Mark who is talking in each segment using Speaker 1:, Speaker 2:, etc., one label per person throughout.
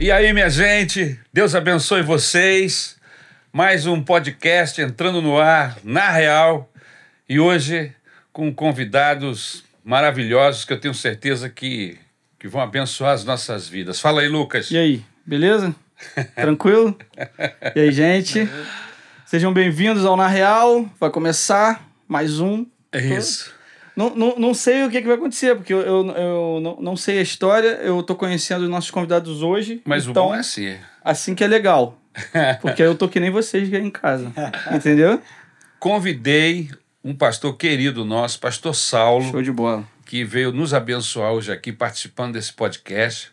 Speaker 1: E aí, minha gente, Deus abençoe vocês. Mais um podcast entrando no ar, na real, e hoje com convidados maravilhosos que eu tenho certeza que, que vão abençoar as nossas vidas. Fala aí, Lucas.
Speaker 2: E aí, beleza? Tranquilo? E aí, gente? Sejam bem-vindos ao Na Real. Vai começar mais um.
Speaker 1: É isso.
Speaker 2: Não, não, não sei o que, é que vai acontecer, porque eu, eu, eu não, não sei a história. Eu tô conhecendo os nossos convidados hoje.
Speaker 1: Mas
Speaker 2: então,
Speaker 1: o bom é assim.
Speaker 2: assim que é legal. Porque eu tô que nem vocês aí em casa. Entendeu?
Speaker 1: Convidei um pastor querido nosso, pastor Saulo.
Speaker 2: Show de bola.
Speaker 1: que veio nos abençoar hoje aqui participando desse podcast.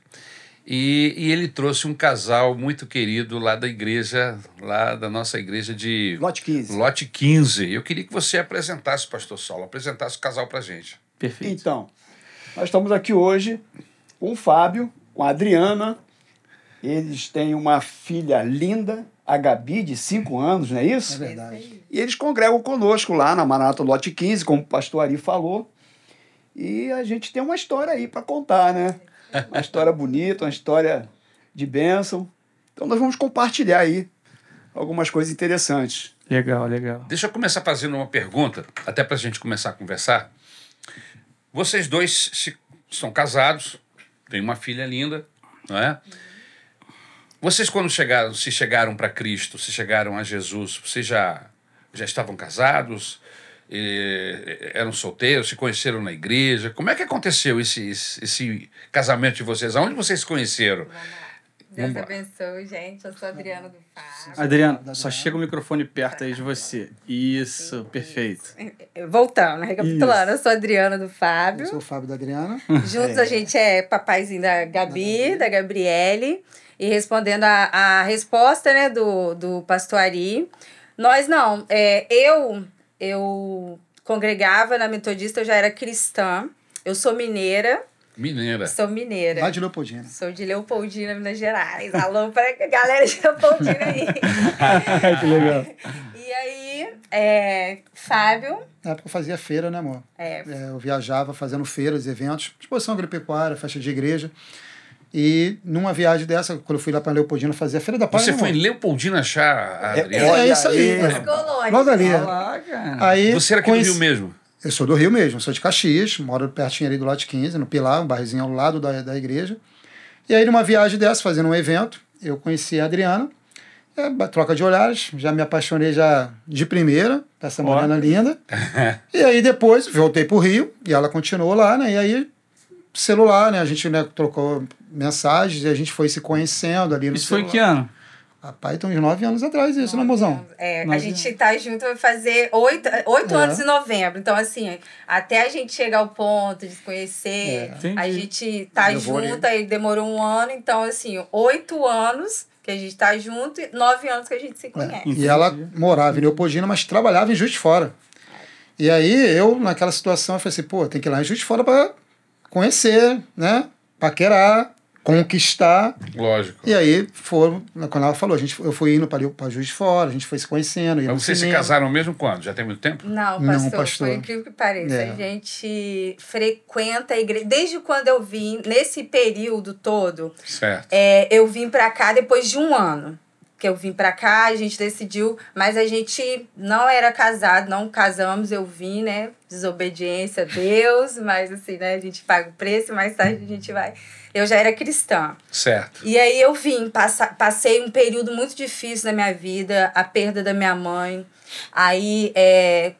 Speaker 1: E, e ele trouxe um casal muito querido lá da igreja, lá da nossa igreja de
Speaker 3: Lote 15.
Speaker 1: Lote 15. Eu queria que você apresentasse, pastor Saulo, apresentasse o casal pra gente.
Speaker 2: Perfeito.
Speaker 3: Então, nós estamos aqui hoje com o Fábio, com a Adriana. Eles têm uma filha linda, a Gabi, de 5 anos, não é isso? É verdade. E eles congregam conosco lá na Maranata Lote 15, como o pastor Ari falou. E a gente tem uma história aí para contar, né? Uma história bonita, uma história de bênção. Então nós vamos compartilhar aí algumas coisas interessantes.
Speaker 2: Legal, legal.
Speaker 1: Deixa eu começar fazendo uma pergunta, até pra gente começar a conversar. Vocês dois se- são casados, têm uma filha linda, não é? Vocês quando chegaram, se chegaram para Cristo, se chegaram a Jesus, vocês já já estavam casados? Eh, eram solteiros, se conheceram na igreja. Como é que aconteceu esse, esse, esse casamento de vocês? Aonde vocês se conheceram?
Speaker 4: Deus
Speaker 1: Vambora.
Speaker 4: abençoe, gente. Eu sou a Adriana do Fábio.
Speaker 2: Adriana, só chega o microfone perto aí de você. Isso, perfeito.
Speaker 4: Voltando, né? recapitulando. Eu sou a Adriana do
Speaker 5: Eu sou
Speaker 4: Fábio.
Speaker 5: o Fábio da Adriana.
Speaker 4: Juntos a gente é papaizinho da Gabi, da Gabriele. E respondendo a, a resposta né, do, do pastor Ari. Nós não. É, eu, eu congregava na Metodista, eu já era cristã. Eu sou mineira.
Speaker 1: Mineira.
Speaker 4: Sou mineira.
Speaker 5: Lá de Leopoldina.
Speaker 4: Sou de Leopoldina, Minas Gerais. Alô pra galera de Leopoldina aí.
Speaker 1: É,
Speaker 2: que
Speaker 5: Ah,
Speaker 2: legal.
Speaker 5: é.
Speaker 4: E aí, é, Fábio,
Speaker 5: Na época eu fazia feira, né, amor?
Speaker 4: é,
Speaker 5: É, eu viajava fazendo feiras, eventos, exposição agropecuária, festa de igreja. E numa viagem dessa, quando eu fui lá para Leopoldina fazer a Feira da Paz.
Speaker 1: Você
Speaker 5: né,
Speaker 1: foi em
Speaker 5: amor?
Speaker 1: Leopoldina achar a Adriana?
Speaker 5: É, é isso aí.
Speaker 3: Olha
Speaker 4: as colônias.
Speaker 5: Logo ali.
Speaker 2: Olá, cara.
Speaker 5: Aí,
Speaker 1: Você era aqui
Speaker 5: é, conheci-
Speaker 1: do Rio mesmo?
Speaker 5: Eu sou do Rio mesmo, sou de Caxias, moro pertinho ali do lote 15, no Pilar, um bairrozinho ao lado da, da igreja. E aí, numa viagem dessa, fazendo um evento, eu conheci a Adriana. É, ba- troca de olhares, já me apaixonei já de primeira, dessa
Speaker 2: Ó.
Speaker 5: morena linda. e aí depois voltei pro Rio e ela continuou lá, né? E aí, celular, né? A gente né, trocou mensagens e a gente foi se conhecendo ali no
Speaker 2: Isso foi
Speaker 5: celular.
Speaker 2: que ano?
Speaker 5: Rapaz, tem uns nove anos atrás isso, né, mozão?
Speaker 4: É, a
Speaker 2: Nós-
Speaker 4: gente tá junto, vai fazer oito, oito
Speaker 5: É.
Speaker 4: anos em novembro. Então, assim, até a gente chegar ao ponto de se
Speaker 5: É.
Speaker 4: conhecer, a
Speaker 2: Entendi.
Speaker 4: gente tá
Speaker 5: Levou ali.
Speaker 4: junto, aí demorou um ano. Então, assim, oito anos que a gente tá junto e nove anos que a
Speaker 5: É.
Speaker 4: gente se conhece.
Speaker 5: E ela morava em Leopoldina, mas trabalhava em Juiz de Fora. E aí eu, naquela situação, eu falei assim, pô, tem que ir lá em Juiz de Fora pra conhecer, né? Paquerar, conquistar.
Speaker 1: Lógico.
Speaker 5: E aí foram, quando ela falou, a gente, eu fui indo pra, Leo- pra Juiz de Fora, a gente foi se conhecendo. ia no
Speaker 1: Mas vocês se
Speaker 5: cinema.
Speaker 1: casaram mesmo quando? Já tem muito tempo?
Speaker 4: Não,
Speaker 5: Não,
Speaker 4: pastor,
Speaker 5: pastor.
Speaker 4: por incrível que pareça,
Speaker 5: É.
Speaker 4: a gente frequenta a igreja. Desde quando eu vim, nesse período todo,
Speaker 1: Certo.
Speaker 4: é, eu vim pra cá depois de um ano. Que eu vim pra cá, a gente decidiu, mas a gente não era casado, não casamos, eu vim, né? Desobediência a Deus, mas assim, né? A gente paga o preço, mais tarde a gente vai. Eu já era cristã.
Speaker 1: Certo.
Speaker 4: E aí eu vim, passa- passei um período muito difícil na minha vida, a perda da minha mãe. Aí é,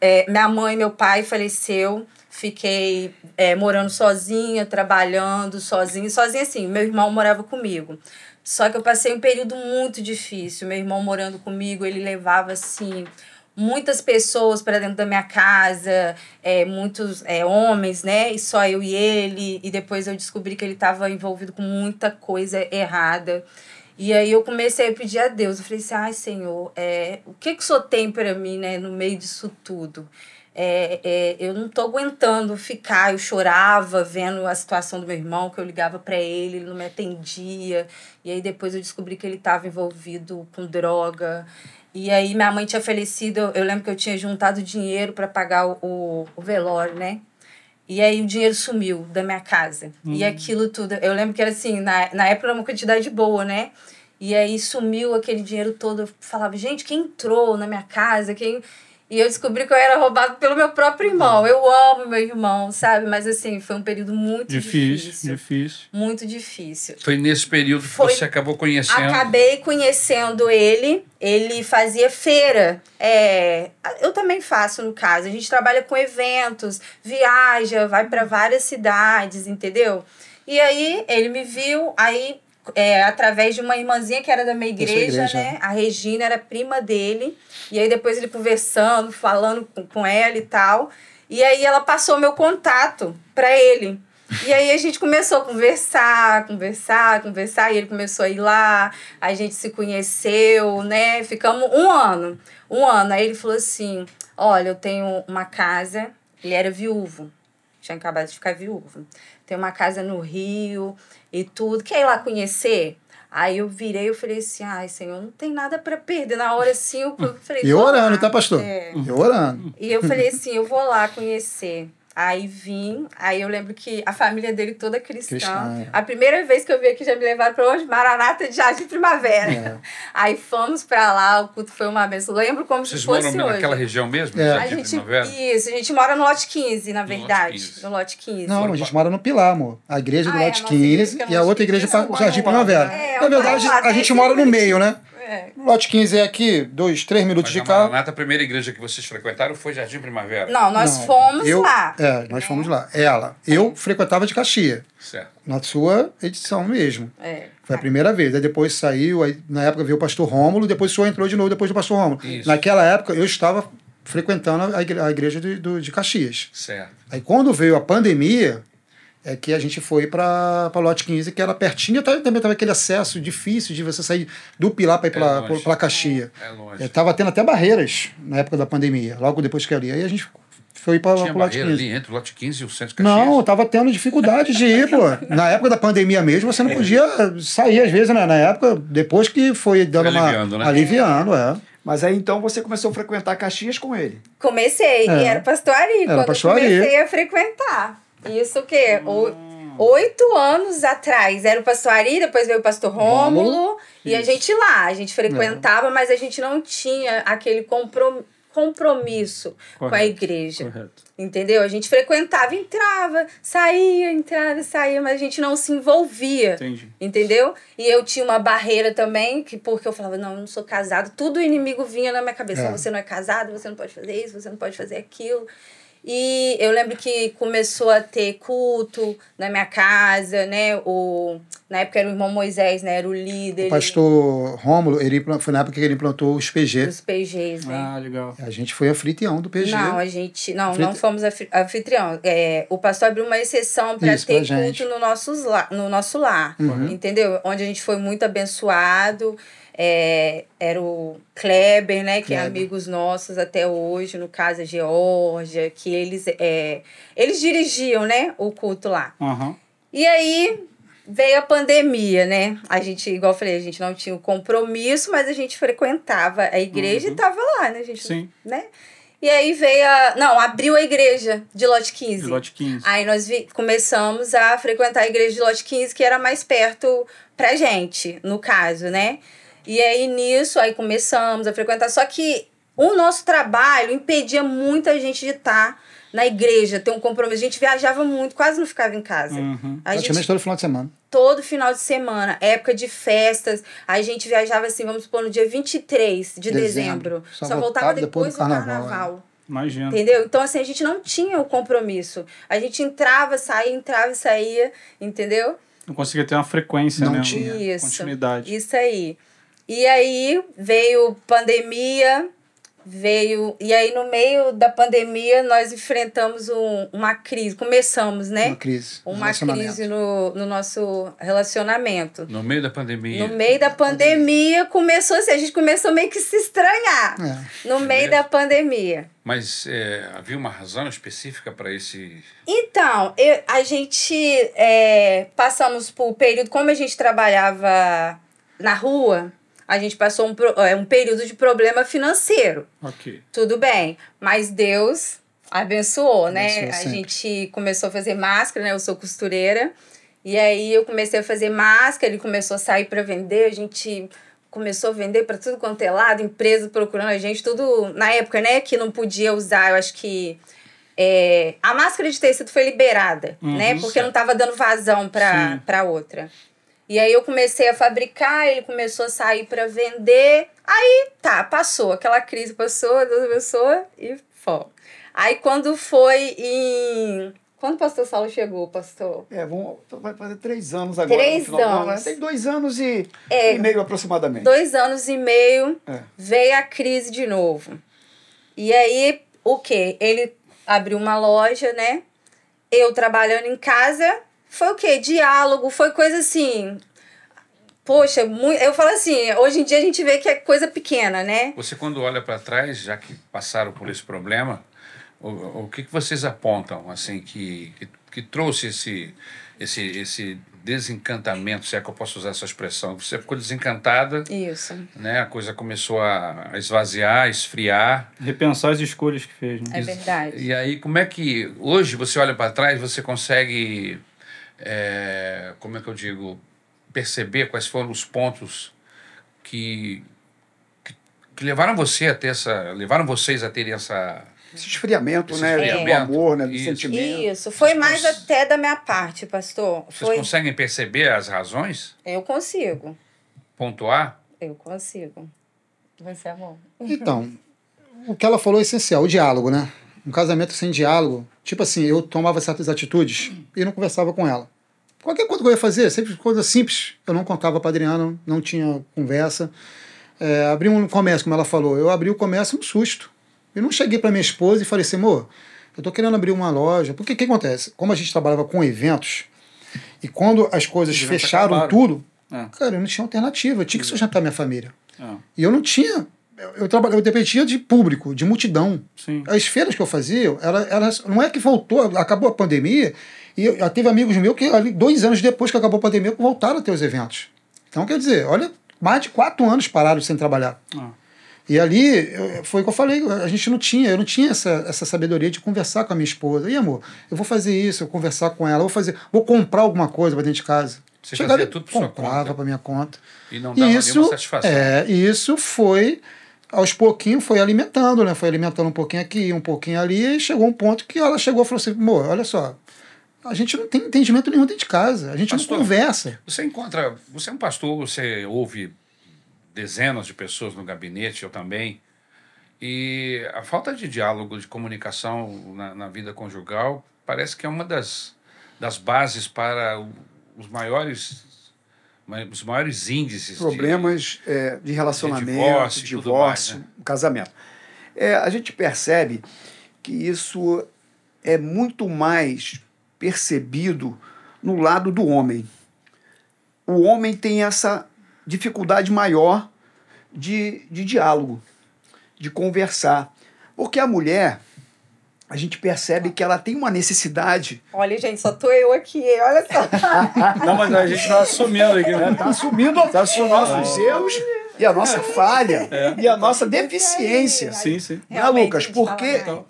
Speaker 4: é, minha mãe e meu pai faleceu, fiquei é, morando sozinha, trabalhando sozinha, sozinha assim, meu irmão morava comigo. Só que eu passei um período muito difícil, meu irmão morando comigo, ele levava assim muitas pessoas para dentro da minha casa, é, muitos é, homens, né? E só eu e ele. E depois eu descobri que ele estava envolvido com muita coisa errada. E aí eu comecei a pedir a Deus. Eu falei assim, ai, Senhor, é, o que, que o Senhor tem para mim, né? No meio disso tudo. É, é, eu não tô aguentando ficar. Eu chorava vendo a situação do meu irmão, que eu ligava para ele, ele não me atendia. E aí depois eu descobri que ele estava envolvido com droga. E aí minha mãe tinha falecido, eu- eu lembro que eu tinha juntado dinheiro para pagar o, o, o velório, né? E aí o dinheiro sumiu da minha casa. E aquilo tudo. Eu lembro que era assim, na, na época era uma quantidade boa, né? E aí sumiu aquele dinheiro todo. Eu falava, gente, quem entrou na minha casa? Quem. E eu descobri que eu era roubado pelo meu próprio irmão. Eu amo meu irmão, sabe? Mas assim, foi um período muito
Speaker 2: Difícil,
Speaker 4: difícil.
Speaker 2: difícil.
Speaker 4: Muito difícil.
Speaker 1: Foi nesse período que
Speaker 4: Foi-
Speaker 1: você acabou conhecendo.
Speaker 4: Acabei conhecendo ele. Ele fazia feira. É, eu também faço, no caso. A gente trabalha com eventos, viaja, vai para várias cidades, entendeu? E aí ele me viu, aí é, através de uma irmãzinha que era da minha
Speaker 5: Da sua
Speaker 4: igreja,
Speaker 5: igreja.
Speaker 4: né? A Regina era prima dele. E aí depois ele conversando, falando com, com ela e tal. E aí ela passou meu contato para ele. E aí a gente começou a conversar, conversar, conversar, e ele começou a ir lá, a gente se conheceu, né? Ficamos um ano. Um ano. Aí ele falou assim: Olha, eu tenho uma casa. Ele era viúvo, tinha acabado de ficar viúvo. Tem uma casa no Rio e tudo. Quer ir lá conhecer? Aí eu virei e falei assim: Ai, senhor, não tem nada para perder. Na hora cinco, eu falei:
Speaker 5: E
Speaker 4: "Vou
Speaker 5: orando,
Speaker 4: lá."
Speaker 5: tá, pastor?
Speaker 4: É.
Speaker 5: Eu
Speaker 1: Hum.
Speaker 5: orando.
Speaker 4: E eu falei assim, eu vou lá conhecer. Aí vim, aí eu lembro que a família dele toda cristã.
Speaker 5: Cristã, é.
Speaker 4: A primeira vez que eu vim aqui já me levaram para onde? Maranata de Jardim Primavera.
Speaker 5: É.
Speaker 4: Aí fomos para lá, o culto foi uma benção. Lembro como
Speaker 1: Vocês
Speaker 4: se fosse
Speaker 1: moram
Speaker 4: hoje.
Speaker 1: naquela região mesmo?
Speaker 5: É.
Speaker 1: Jardim
Speaker 4: A gente,
Speaker 1: Primavera?
Speaker 4: isso, a gente mora no lote 15, na
Speaker 1: No lote
Speaker 4: verdade.
Speaker 1: 15.
Speaker 4: No lote 15.
Speaker 5: Não,
Speaker 1: Foram
Speaker 5: a gente
Speaker 1: pa-
Speaker 5: mora no Pilar, amor. A igreja do
Speaker 4: Ah, é,
Speaker 5: lote
Speaker 4: a nossa igreja
Speaker 5: 15
Speaker 4: que é
Speaker 5: e a
Speaker 4: lote
Speaker 5: outra igreja
Speaker 4: 15,
Speaker 5: para
Speaker 4: é um
Speaker 5: Jardim
Speaker 4: bairro lá,
Speaker 5: Primavera.
Speaker 4: né? É,
Speaker 5: Na
Speaker 4: um
Speaker 5: verdade,
Speaker 4: bairro lá,
Speaker 5: a gente
Speaker 4: tem
Speaker 5: mora no
Speaker 4: igreja.
Speaker 5: meio, né?
Speaker 4: É.
Speaker 5: Lote 15 é aqui, dois, três
Speaker 1: Mas
Speaker 5: minutos de
Speaker 1: na
Speaker 5: carro.
Speaker 1: Maranata, a primeira igreja que vocês frequentaram foi Jardim Primavera.
Speaker 4: Não, nós
Speaker 5: Não,
Speaker 4: fomos
Speaker 5: eu-
Speaker 4: lá.
Speaker 5: É, nós fomos lá. Ela. Eu frequentava de Caxias,
Speaker 1: Certo.
Speaker 5: na sua edição mesmo.
Speaker 4: É.
Speaker 5: Foi a primeira vez. Aí depois saiu, aí na época veio o pastor Rômulo, depois o senhor entrou de novo depois do pastor Rômulo.
Speaker 1: Isso.
Speaker 5: Naquela época eu estava frequentando a igre- a igreja de, do- de Caxias.
Speaker 1: Certo.
Speaker 5: Aí quando veio a pandemia, é que a gente foi para lote 15, que era pertinho, tá- também tava aquele acesso difícil de você sair do Pilar para
Speaker 1: É
Speaker 5: ir para
Speaker 1: longe.
Speaker 5: para Caxias.
Speaker 1: É longe.
Speaker 5: É, tava tendo até barreiras na época da pandemia, logo depois que ali. Aí a gente foi para
Speaker 1: Tinha
Speaker 5: o lote
Speaker 1: barreira
Speaker 5: 15.
Speaker 1: ali entre o lote 15 e o centro Caxias?
Speaker 5: Não, eu tava tendo dificuldade de ir, pô. Na época da pandemia mesmo,
Speaker 1: É.
Speaker 5: você não podia sair, às vezes, né? Na época, depois que foi dando
Speaker 1: Foi
Speaker 5: uma.
Speaker 1: aliviando, né?
Speaker 5: Aliviando, é.
Speaker 3: Mas aí então você começou a frequentar Caxias com ele.
Speaker 4: Comecei,
Speaker 5: É.
Speaker 4: e era pastoaria.
Speaker 5: Era
Speaker 4: quando
Speaker 5: pastoaria.
Speaker 4: eu comecei a frequentar. Isso o quê? O-
Speaker 1: Hum.
Speaker 4: Oito anos atrás. Era o pastoaria, depois veio o pastor Rômulo. E a gente lá, a gente
Speaker 5: É.
Speaker 4: frequentava, mas a gente não tinha aquele comprom- compromisso com a
Speaker 2: Correto,
Speaker 4: igreja.
Speaker 2: Correto.
Speaker 4: Entendeu? A gente frequentava, entrava, saía, entrava, saía, mas a gente não se envolvia.
Speaker 2: Entendi.
Speaker 4: Entendeu? E eu tinha uma barreira também, que porque eu falava, não, eu não sou casado. Tudo inimigo vinha na minha cabeça.
Speaker 5: É.
Speaker 4: Você não é casado, você não pode fazer isso, você não pode fazer aquilo. E eu lembro que começou a ter culto na minha casa, né? O, na época era o irmão Moisés, né? Era o líder.
Speaker 5: O pastor Rômulo, ele impla- foi na época que ele implantou os PG.
Speaker 4: Os PGs, né?
Speaker 2: Ah, legal.
Speaker 5: A gente foi anfitrião do PG.
Speaker 4: Não, a gente. Não, não
Speaker 5: Anfitri-
Speaker 4: fomos afri- anfitrião. É, o pastor abriu uma exceção para
Speaker 5: Isso, pra
Speaker 4: ter
Speaker 5: gente. Uhum.
Speaker 4: culto no, nossos la- no nosso lar. Entendeu? Onde a gente foi muito abençoado. É, era o Kleber, né? Que é
Speaker 5: Kleber.
Speaker 4: amigos nossos até hoje, no caso a Geórgia, que eles. É, eles dirigiam, né? O culto lá.
Speaker 2: Aham.
Speaker 4: E aí veio a pandemia, né? A gente, igual eu falei, a gente não tinha o compromisso, mas a gente frequentava a igreja
Speaker 5: Uhum.
Speaker 4: e tava lá, né? A gente,
Speaker 2: Sim.
Speaker 4: né? E aí veio a. Não, abriu a igreja de lote 15.
Speaker 2: De lote 15.
Speaker 4: Aí nós vi- começamos a frequentar a igreja de lote 15, que era mais perto pra gente, no caso, né? E aí nisso, aí começamos a frequentar. Só que o nosso trabalho impedia muita gente de estar na igreja, ter um compromisso. A gente viajava muito, quase não ficava em casa.
Speaker 2: Uhum.
Speaker 4: A gente
Speaker 5: Praticamente todo final de semana.
Speaker 4: todo final de semana, época de festas. A gente viajava assim, vamos supor, no dia 23 de
Speaker 5: Dezembro.
Speaker 4: dezembro.
Speaker 5: Só
Speaker 4: Só,
Speaker 5: voltava
Speaker 4: voltava
Speaker 5: depois
Speaker 4: depois,
Speaker 5: do
Speaker 4: do
Speaker 5: carnaval,
Speaker 4: carnaval.
Speaker 2: Imagina.
Speaker 4: Entendeu? Então, assim, a gente não tinha o compromisso. A gente entrava, saía, entrava e saía, entendeu?
Speaker 2: Não conseguia ter uma frequência,
Speaker 5: Não
Speaker 2: né?
Speaker 5: tinha.
Speaker 2: Uma
Speaker 4: Isso.
Speaker 2: Continuidade.
Speaker 4: Isso aí. E aí veio pandemia, veio. E aí, no meio da pandemia, nós enfrentamos um- uma crise. Começamos,
Speaker 5: Uma
Speaker 4: né?
Speaker 5: crise. um
Speaker 4: Uma
Speaker 5: relacionamento.
Speaker 4: crise no, no nosso relacionamento.
Speaker 1: No meio da pandemia.
Speaker 4: No meio da pandemia começou assim, a gente começou meio que se estranhar.
Speaker 5: É.
Speaker 4: No meio da pandemia.
Speaker 1: Mas é, havia uma razão específica para esse.
Speaker 4: Então, eu- a gente é, passamos por período, como a gente trabalhava na rua, a gente passou um, pro- é, um período de problema financeiro.
Speaker 2: Ok.
Speaker 4: Tudo bem, mas Deus abençoou, né?
Speaker 5: Abençoou
Speaker 4: a
Speaker 5: sempre.
Speaker 4: gente começou a fazer máscara, né? Eu sou costureira. E aí eu comecei a fazer máscara, ele começou a sair para vender, a gente começou a vender para tudo quanto é lado, empresa procurando a gente, tudo na época, né, que não podia usar, eu acho que é, a máscara de tecido foi liberada, né?
Speaker 5: Uhum.
Speaker 4: Porque não tava dando vazão para
Speaker 2: Sim.
Speaker 4: para outra. E aí eu comecei a fabricar, ele começou a sair para vender. Aí tá, passou, aquela crise passou, Deus abençoa e fó. Aí quando foi em. Quando o pastor Saulo chegou, pastor?
Speaker 3: É, vão, vai fazer três anos agora.
Speaker 4: Três
Speaker 3: no final do ano,
Speaker 4: anos.
Speaker 3: né? Tem dois anos e,
Speaker 4: É.
Speaker 3: e meio aproximadamente.
Speaker 4: Dois anos e meio,
Speaker 3: É.
Speaker 4: veio a crise de novo. E aí, o quê? Ele abriu uma loja, né? Eu trabalhando em casa. Foi o quê? Diálogo, foi coisa assim. Poxa, muito... eu falo assim, hoje em dia a gente vê que é coisa pequena, né?
Speaker 1: Você, quando olha para trás, já que passaram por esse problema, o, o que, que vocês apontam assim que, que, que trouxe esse, esse, esse desencantamento, se é que eu posso usar essa expressão? Você ficou desencantada,
Speaker 4: Isso.
Speaker 1: né? a coisa começou a a esvaziar, a esfriar.
Speaker 2: Repensar as escolhas que fez, né?
Speaker 4: É verdade.
Speaker 1: E aí, como é que hoje você olha para trás, você consegue, é, como é que eu digo, perceber quais foram os pontos que, que, que levaram você a ter essa, levaram vocês a ter essa
Speaker 3: Esse esfriamento,
Speaker 1: Esse
Speaker 3: né?
Speaker 1: esfriamento,
Speaker 3: Do amor, né? Do
Speaker 1: isso.
Speaker 3: sentimento.
Speaker 4: Isso, foi
Speaker 1: Vocês
Speaker 4: mais
Speaker 1: cons-
Speaker 4: até da minha parte, pastor.
Speaker 1: Vocês
Speaker 4: Foi.
Speaker 1: conseguem perceber as razões?
Speaker 4: Eu consigo.
Speaker 1: Pontuar?
Speaker 4: Eu consigo. Você é bom.
Speaker 5: Então, o que ela falou é essencial, o diálogo, né? Um casamento sem diálogo, tipo assim, eu tomava certas atitudes e não conversava com ela. Qualquer coisa que eu ia fazer, sempre coisa simples, eu não contava para Adriana, não tinha conversa. É, abri um comércio, como ela falou, eu abri o comércio um susto. Eu não cheguei para minha esposa e falei assim, amor, eu tô querendo abrir uma loja. Porque o que acontece? Como a gente trabalhava com eventos, e quando as coisas
Speaker 2: Os eventos
Speaker 5: fecharam
Speaker 2: acabaram.
Speaker 5: tudo,
Speaker 2: É. Uhum.
Speaker 5: cara, eu não tinha alternativa, eu tinha que sustentar minha família.
Speaker 2: Ah,
Speaker 5: E eu não tinha. Eu, eu, traba- eu dependia de público, de multidão.
Speaker 2: sim.
Speaker 5: As feiras que eu fazia, ela, elas não é que voltou, acabou a pandemia, e eu, eu teve amigos meus que ali, dois anos depois que acabou a pandemia voltaram a ter os eventos. Então, quer dizer, olha, mais de quatro anos pararam sem trabalhar.
Speaker 2: Ah.
Speaker 5: E ali eu- foi o que eu falei, a gente não tinha, eu não tinha essa, essa sabedoria de conversar com a minha esposa. E amor, eu vou fazer isso, eu vou conversar com ela, eu vou fazer, vou comprar alguma coisa para dentro de casa.
Speaker 1: Você
Speaker 5: Chegava
Speaker 1: fazia
Speaker 5: e
Speaker 1: tudo por sua
Speaker 5: comprava
Speaker 1: conta.
Speaker 5: para minha conta.
Speaker 1: E não
Speaker 5: E
Speaker 1: dava
Speaker 5: isso,
Speaker 1: nenhuma satisfação.
Speaker 5: É, e isso foi, aos pouquinhos, foi alimentando, né? Foi alimentando um pouquinho aqui, um pouquinho ali, e chegou um ponto que ela chegou e falou assim: amor, olha só, a gente não tem entendimento nenhum dentro de casa, a gente
Speaker 1: Pastor.
Speaker 5: não conversa.
Speaker 1: Você encontra. Você é um pastor, você ouve dezenas de pessoas no gabinete, eu também. E a falta de diálogo, de comunicação na, na vida conjugal parece que é uma das, das bases para o- os maiores ma- os maiores índices de-
Speaker 3: problemas é, de relacionamento,
Speaker 1: divórcio
Speaker 3: divórcio, um
Speaker 1: e tudo mais,
Speaker 3: casamento. É, a gente percebe que isso é muito mais percebido no lado do homem. O homem tem essa dificuldade maior de, de diálogo, de conversar. Porque a mulher, a gente percebe que ela tem uma necessidade
Speaker 4: Olha, gente, só tô eu aqui, hein? olha só.
Speaker 2: Não, mas a gente tá assumindo aqui, né?
Speaker 3: Está Tá assumindo os nossos erros É. e a nossa falha e a nossa deficiência.
Speaker 2: Sim, sim.
Speaker 3: Não,
Speaker 4: Realmente,
Speaker 3: Né, Lucas,
Speaker 4: a gente fala
Speaker 3: porque
Speaker 4: mais.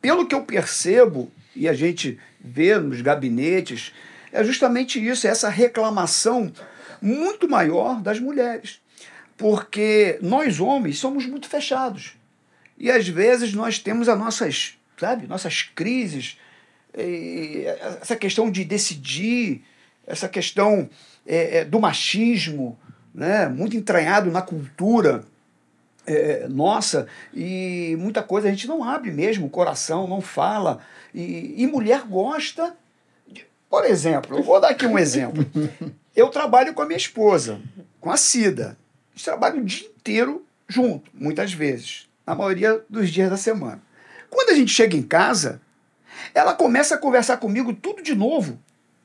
Speaker 3: pelo que eu percebo e a gente vê nos gabinetes, é justamente isso, essa reclamação muito maior das mulheres. Porque nós homens somos muito fechados. E às vezes nós temos as nossas, sabe, nossas crises, e essa questão de decidir, essa questão é, é, do machismo, né, muito entranhado na cultura é, nossa, e muita coisa a gente não abre mesmo o coração, não fala. E, e mulher gosta. de- por exemplo, eu vou dar aqui um exemplo. Eu trabalho com a minha esposa, com a Cida. A gente trabalha o dia inteiro junto, muitas vezes, na maioria dos dias da semana. Quando a gente chega em casa, ela começa a conversar comigo tudo de novo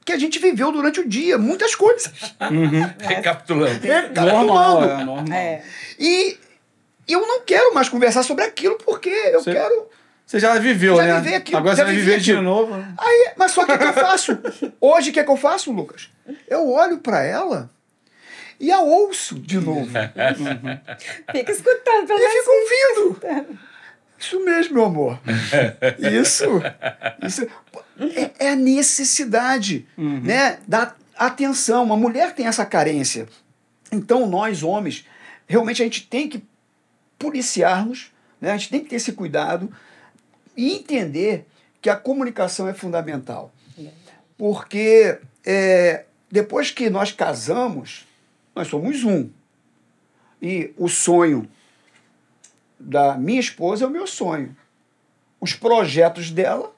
Speaker 3: que a gente viveu durante o dia, muitas coisas.
Speaker 2: Ah,
Speaker 1: Recapitulando.
Speaker 2: Uhum. Normal, é normal.
Speaker 4: É.
Speaker 3: E eu não quero mais conversar sobre aquilo, porque eu
Speaker 2: Você-
Speaker 3: quero
Speaker 2: Você já viveu,
Speaker 3: Já
Speaker 2: né?
Speaker 3: vivi aquilo,
Speaker 2: Agora
Speaker 3: já
Speaker 2: você vai
Speaker 3: vivi
Speaker 2: viver de
Speaker 3: aquilo.
Speaker 2: novo. né?
Speaker 3: Aí, mas só que o que eu faço? Hoje, o que é que eu faço, Lucas? Eu olho pra ela e a ouço de novo.
Speaker 4: Fica escutando pelo
Speaker 3: E
Speaker 4: menos.
Speaker 3: fico ouvindo. Isso mesmo, meu amor. Isso. isso é, é a necessidade, né? Da atenção. Uma mulher tem essa carência. Então, nós, homens, realmente a gente tem que policiarmos, né? a gente tem que ter esse cuidado e entender que a comunicação é fundamental. Porque é, depois que nós casamos, nós somos um. E o sonho da minha esposa é o meu sonho. Os projetos dela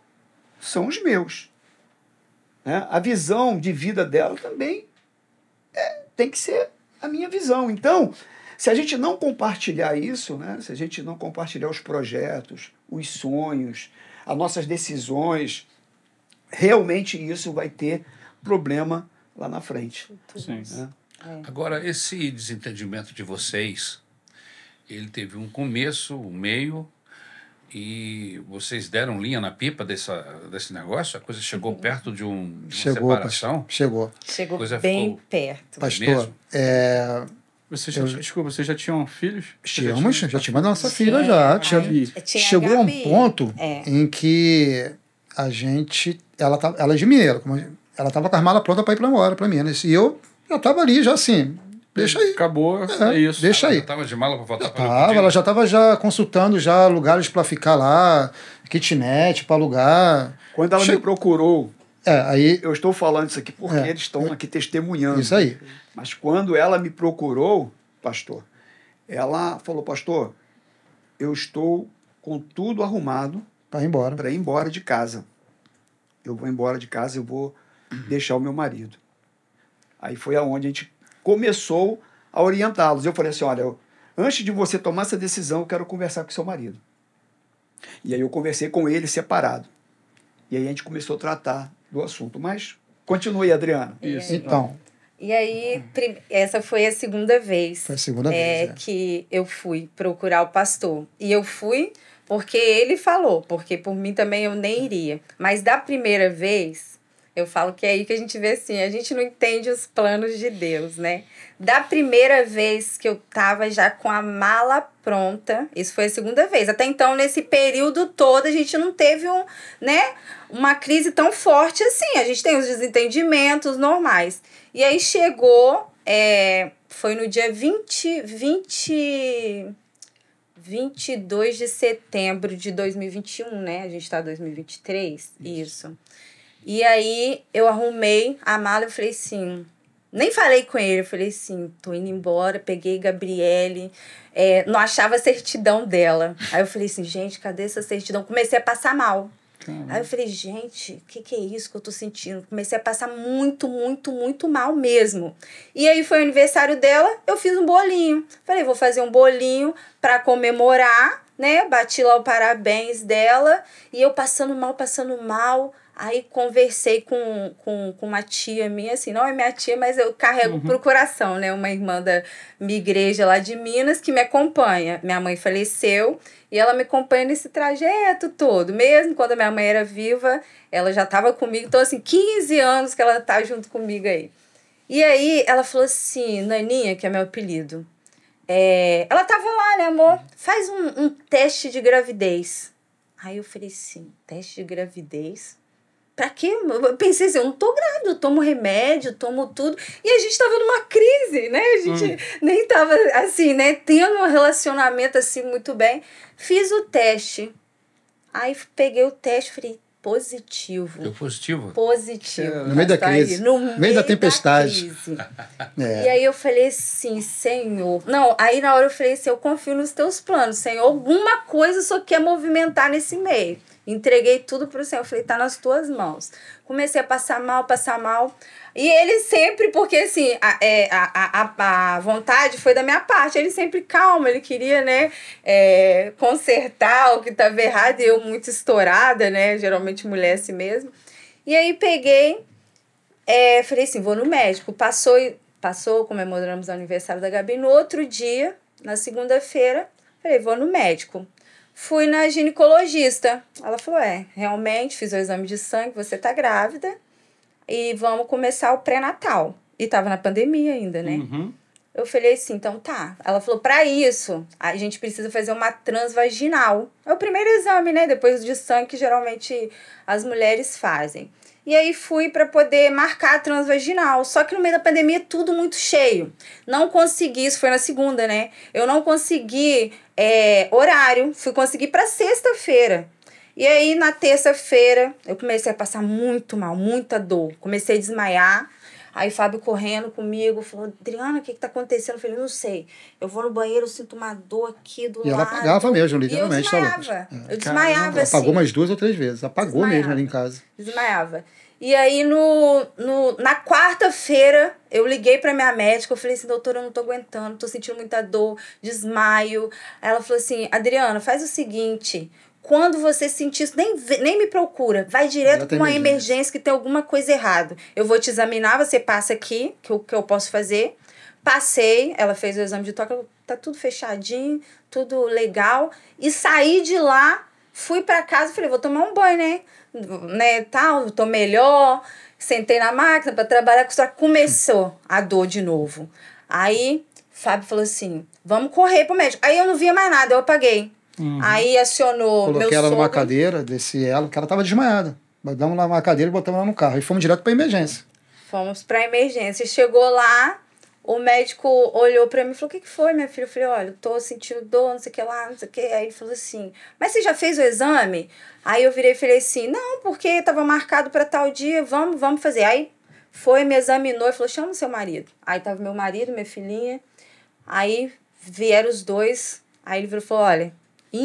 Speaker 3: são os meus. Né? A visão de vida dela também é, tem que ser a minha visão. Então, se a gente não compartilhar isso, né? se a gente não compartilhar os projetos, os sonhos, as nossas decisões, realmente isso vai ter problema lá na frente.
Speaker 2: Sim.
Speaker 3: né?
Speaker 1: Agora, esse desentendimento de vocês, ele teve um começo, um meio, e vocês deram linha na pipa dessa, desse negócio? A coisa chegou perto de, um, de uma
Speaker 5: Uhum. Chegou,
Speaker 1: separação?
Speaker 5: pastor. Chegou.
Speaker 4: Chegou
Speaker 1: Coisa
Speaker 4: bem
Speaker 1: ficou-
Speaker 4: perto.
Speaker 5: Pastor,
Speaker 1: mesmo?
Speaker 5: é,
Speaker 2: Vocês já, desculpa, vocês já um tinham filhos?
Speaker 5: tínhamos, já tivemos a nossa
Speaker 4: Sim,
Speaker 5: filha já.
Speaker 4: mas
Speaker 5: tinha-
Speaker 2: Gabi.
Speaker 4: tinha a
Speaker 5: chegou a um
Speaker 4: Gabi.
Speaker 5: ponto
Speaker 4: É.
Speaker 5: em que a gente. Ela, tava, ela é de Mineiro, como eu- ela estava com a mala pronta para ir para embora, para Minas. E eu já estava ali, já assim, deixa aí.
Speaker 2: Acabou, é,
Speaker 5: É,
Speaker 2: isso.
Speaker 5: Deixa aí.
Speaker 1: Já tava de mala para voltar para
Speaker 5: Tava, ela já estava já consultando já lugares para ficar lá, kitnet para alugar.
Speaker 3: Quando ela me
Speaker 5: Chegou-
Speaker 3: procurou,
Speaker 5: É, aí,
Speaker 3: eu estou falando isso aqui porque
Speaker 5: É.
Speaker 3: eles estão aqui testemunhando.
Speaker 5: isso é aí.
Speaker 3: Mas quando ela me procurou, pastor, ela falou: Pastor, eu estou com tudo arrumado
Speaker 5: Para ir embora.
Speaker 3: para ir embora de casa. Eu vou embora de casa, eu vou deixar o meu marido. Aí foi aonde a gente começou a orientá-los. Eu falei assim: Olha, eu- antes de você tomar essa decisão, eu quero conversar com seu marido. E aí eu conversei com ele separado. E aí a gente começou a tratar do assunto. Mas continue, Adriana.
Speaker 4: É,
Speaker 2: Isso.
Speaker 5: Então,
Speaker 4: E aí, prim- essa foi a segunda vez.
Speaker 5: foi a segunda
Speaker 4: é,
Speaker 5: vez. né?
Speaker 4: que eu fui procurar o pastor. E eu fui porque ele falou, porque por mim também eu nem iria. Mas da primeira vez, eu falo que é aí que a gente vê assim, a gente não entende os planos de Deus, né? Da primeira vez que eu tava já com a mala pronta, isso foi a segunda vez. Até então, nesse período todo, a gente não teve um, né, uma crise tão forte assim. A gente tem os desentendimentos normais. E aí chegou, é, foi no dia 20, 20, 22 de setembro de 2021, né? A gente tá em 2023, isso. E aí eu arrumei a mala e falei assim, nem falei com ele, eu falei assim, tô indo embora, peguei Gabriele, é, não achava a certidão dela. Aí eu falei assim, gente, cadê essa certidão? Comecei a passar mal. Aí eu falei, gente, o que, que é isso que eu tô sentindo? Comecei a passar muito, muito, muito mal mesmo. E aí foi o aniversário dela, eu fiz um bolinho. Falei, vou fazer um bolinho pra comemorar, né? Bati lá o parabéns dela. E eu passando mal, passando mal. Aí conversei com, com, com uma tia minha, assim, não é minha tia, mas eu carrego pro coração, né? Uma irmã da minha igreja lá de Minas que me acompanha. Minha mãe faleceu e ela me acompanha nesse trajeto todo. Mesmo quando a minha mãe era viva, ela já estava comigo. Então, assim, 15 anos que ela tá junto comigo aí. E aí ela falou assim, Naninha, que é meu apelido. é, ela tava lá, né, amor? Faz um, um teste de gravidez. Aí eu falei assim, teste de gravidez? Pra quê? Eu pensei assim, eu não tô grávida, eu tomo remédio, eu tomo tudo. E a gente tava numa crise, né? A gente nem tava assim, né? Tendo um relacionamento assim muito bem. Fiz o teste. Aí peguei o teste, falei, positivo
Speaker 1: Deu positivo.
Speaker 4: positivo.
Speaker 5: No meio da
Speaker 4: Tá aí,
Speaker 5: crise.
Speaker 4: No
Speaker 5: meio da tempestade.
Speaker 4: crise.
Speaker 5: É.
Speaker 4: E aí eu falei assim, Senhor. Não, aí na hora eu falei assim, eu confio nos teus planos, Senhor. Alguma coisa só quer movimentar nesse meio. Entreguei tudo pro Senhor. Eu falei, tá nas tuas mãos. Comecei a passar mal, passar mal. E ele sempre, porque assim, a, é, a, a- a, a vontade foi da minha parte. Ele sempre calma, ele queria, né, é, consertar o que estava errado. E eu muito estourada, né? Geralmente mulher é assim mesmo. E aí peguei, é, falei assim, vou no médico. Passou, e- passou, comemoramos o aniversário da Gabi. No outro dia, na segunda-feira, falei, vou no médico. Fui na ginecologista. Ela falou, é, realmente, fiz o exame de sangue, você tá grávida. E vamos começar o pré-natal. E tava na pandemia ainda, né?
Speaker 2: Uhum.
Speaker 4: Eu falei assim, então tá. Ela falou, pra isso, a gente precisa fazer uma transvaginal. É o primeiro exame, né? Depois de sangue, que geralmente as mulheres fazem. E aí fui pra poder marcar a transvaginal. Só que no meio da pandemia, tudo muito cheio. Não consegui, isso foi na segunda, né? Eu não consegui é, horário, fui conseguir pra sexta-feira. E aí, na terça-feira, eu comecei a passar muito mal, muita dor. Comecei a desmaiar. Aí Fábio correndo comigo, falou, Adriana, o que, que tá acontecendo? Eu falei, não sei. Eu vou no banheiro, eu sinto uma dor aqui do
Speaker 5: E ela
Speaker 4: lado.
Speaker 5: apagava mesmo,
Speaker 4: E eu
Speaker 5: literalmente, tá louco?
Speaker 4: desmaiava. Eu desmaiava,
Speaker 5: Ela
Speaker 4: assim.
Speaker 5: apagou umas duas ou três vezes. Apagou
Speaker 4: Desmaiava.
Speaker 5: mesmo ali em casa.
Speaker 4: Desmaiava. E aí, no, no, na quarta-feira, eu liguei pra minha médica. Eu falei assim, doutora, eu não tô aguentando, tô sentindo muita dor, desmaio. Aí Ela falou assim, Adriana, faz o seguinte. Quando você sentir isso, nem, vê- nem me procura. Vai direto
Speaker 5: Direto à
Speaker 4: com uma
Speaker 5: emergência.
Speaker 4: emergência que tem alguma coisa errada. Eu vou te examinar, você passa aqui, que o que eu posso fazer. Passei, ela fez o exame de toque, ela falou, tá tudo fechadinho, tudo legal. E saí de lá, fui pra casa, falei, vou tomar um banho, né? Né, tal, tô melhor. Sentei na máquina pra trabalhar com isso. Começou a dor de novo. Aí, Fábio falou assim, vamos correr pro médico. Aí eu não via mais nada, eu apaguei. Aí acionou meu
Speaker 5: Coloquei ela numa
Speaker 4: sogro.
Speaker 5: cadeira, desci ela, que ela tava desmaiada. Damos lá uma cadeira e botamos ela no carro. E fomos direto pra emergência.
Speaker 4: Fomos pra emergência. Chegou lá, o médico olhou pra mim e falou: O que, que foi, minha filha? Eu falei: Olha, eu tô sentindo dor, não sei o que lá, não sei o que. Aí ele falou assim: Mas você já fez o exame? Aí eu virei e falei assim: Não, porque tava marcado pra tal dia, vamos, vamos fazer. Aí foi, me examinou e falou: Chama o seu marido. Aí tava meu marido, minha filhinha. Aí vieram os dois. Aí ele virou e falou: Olha,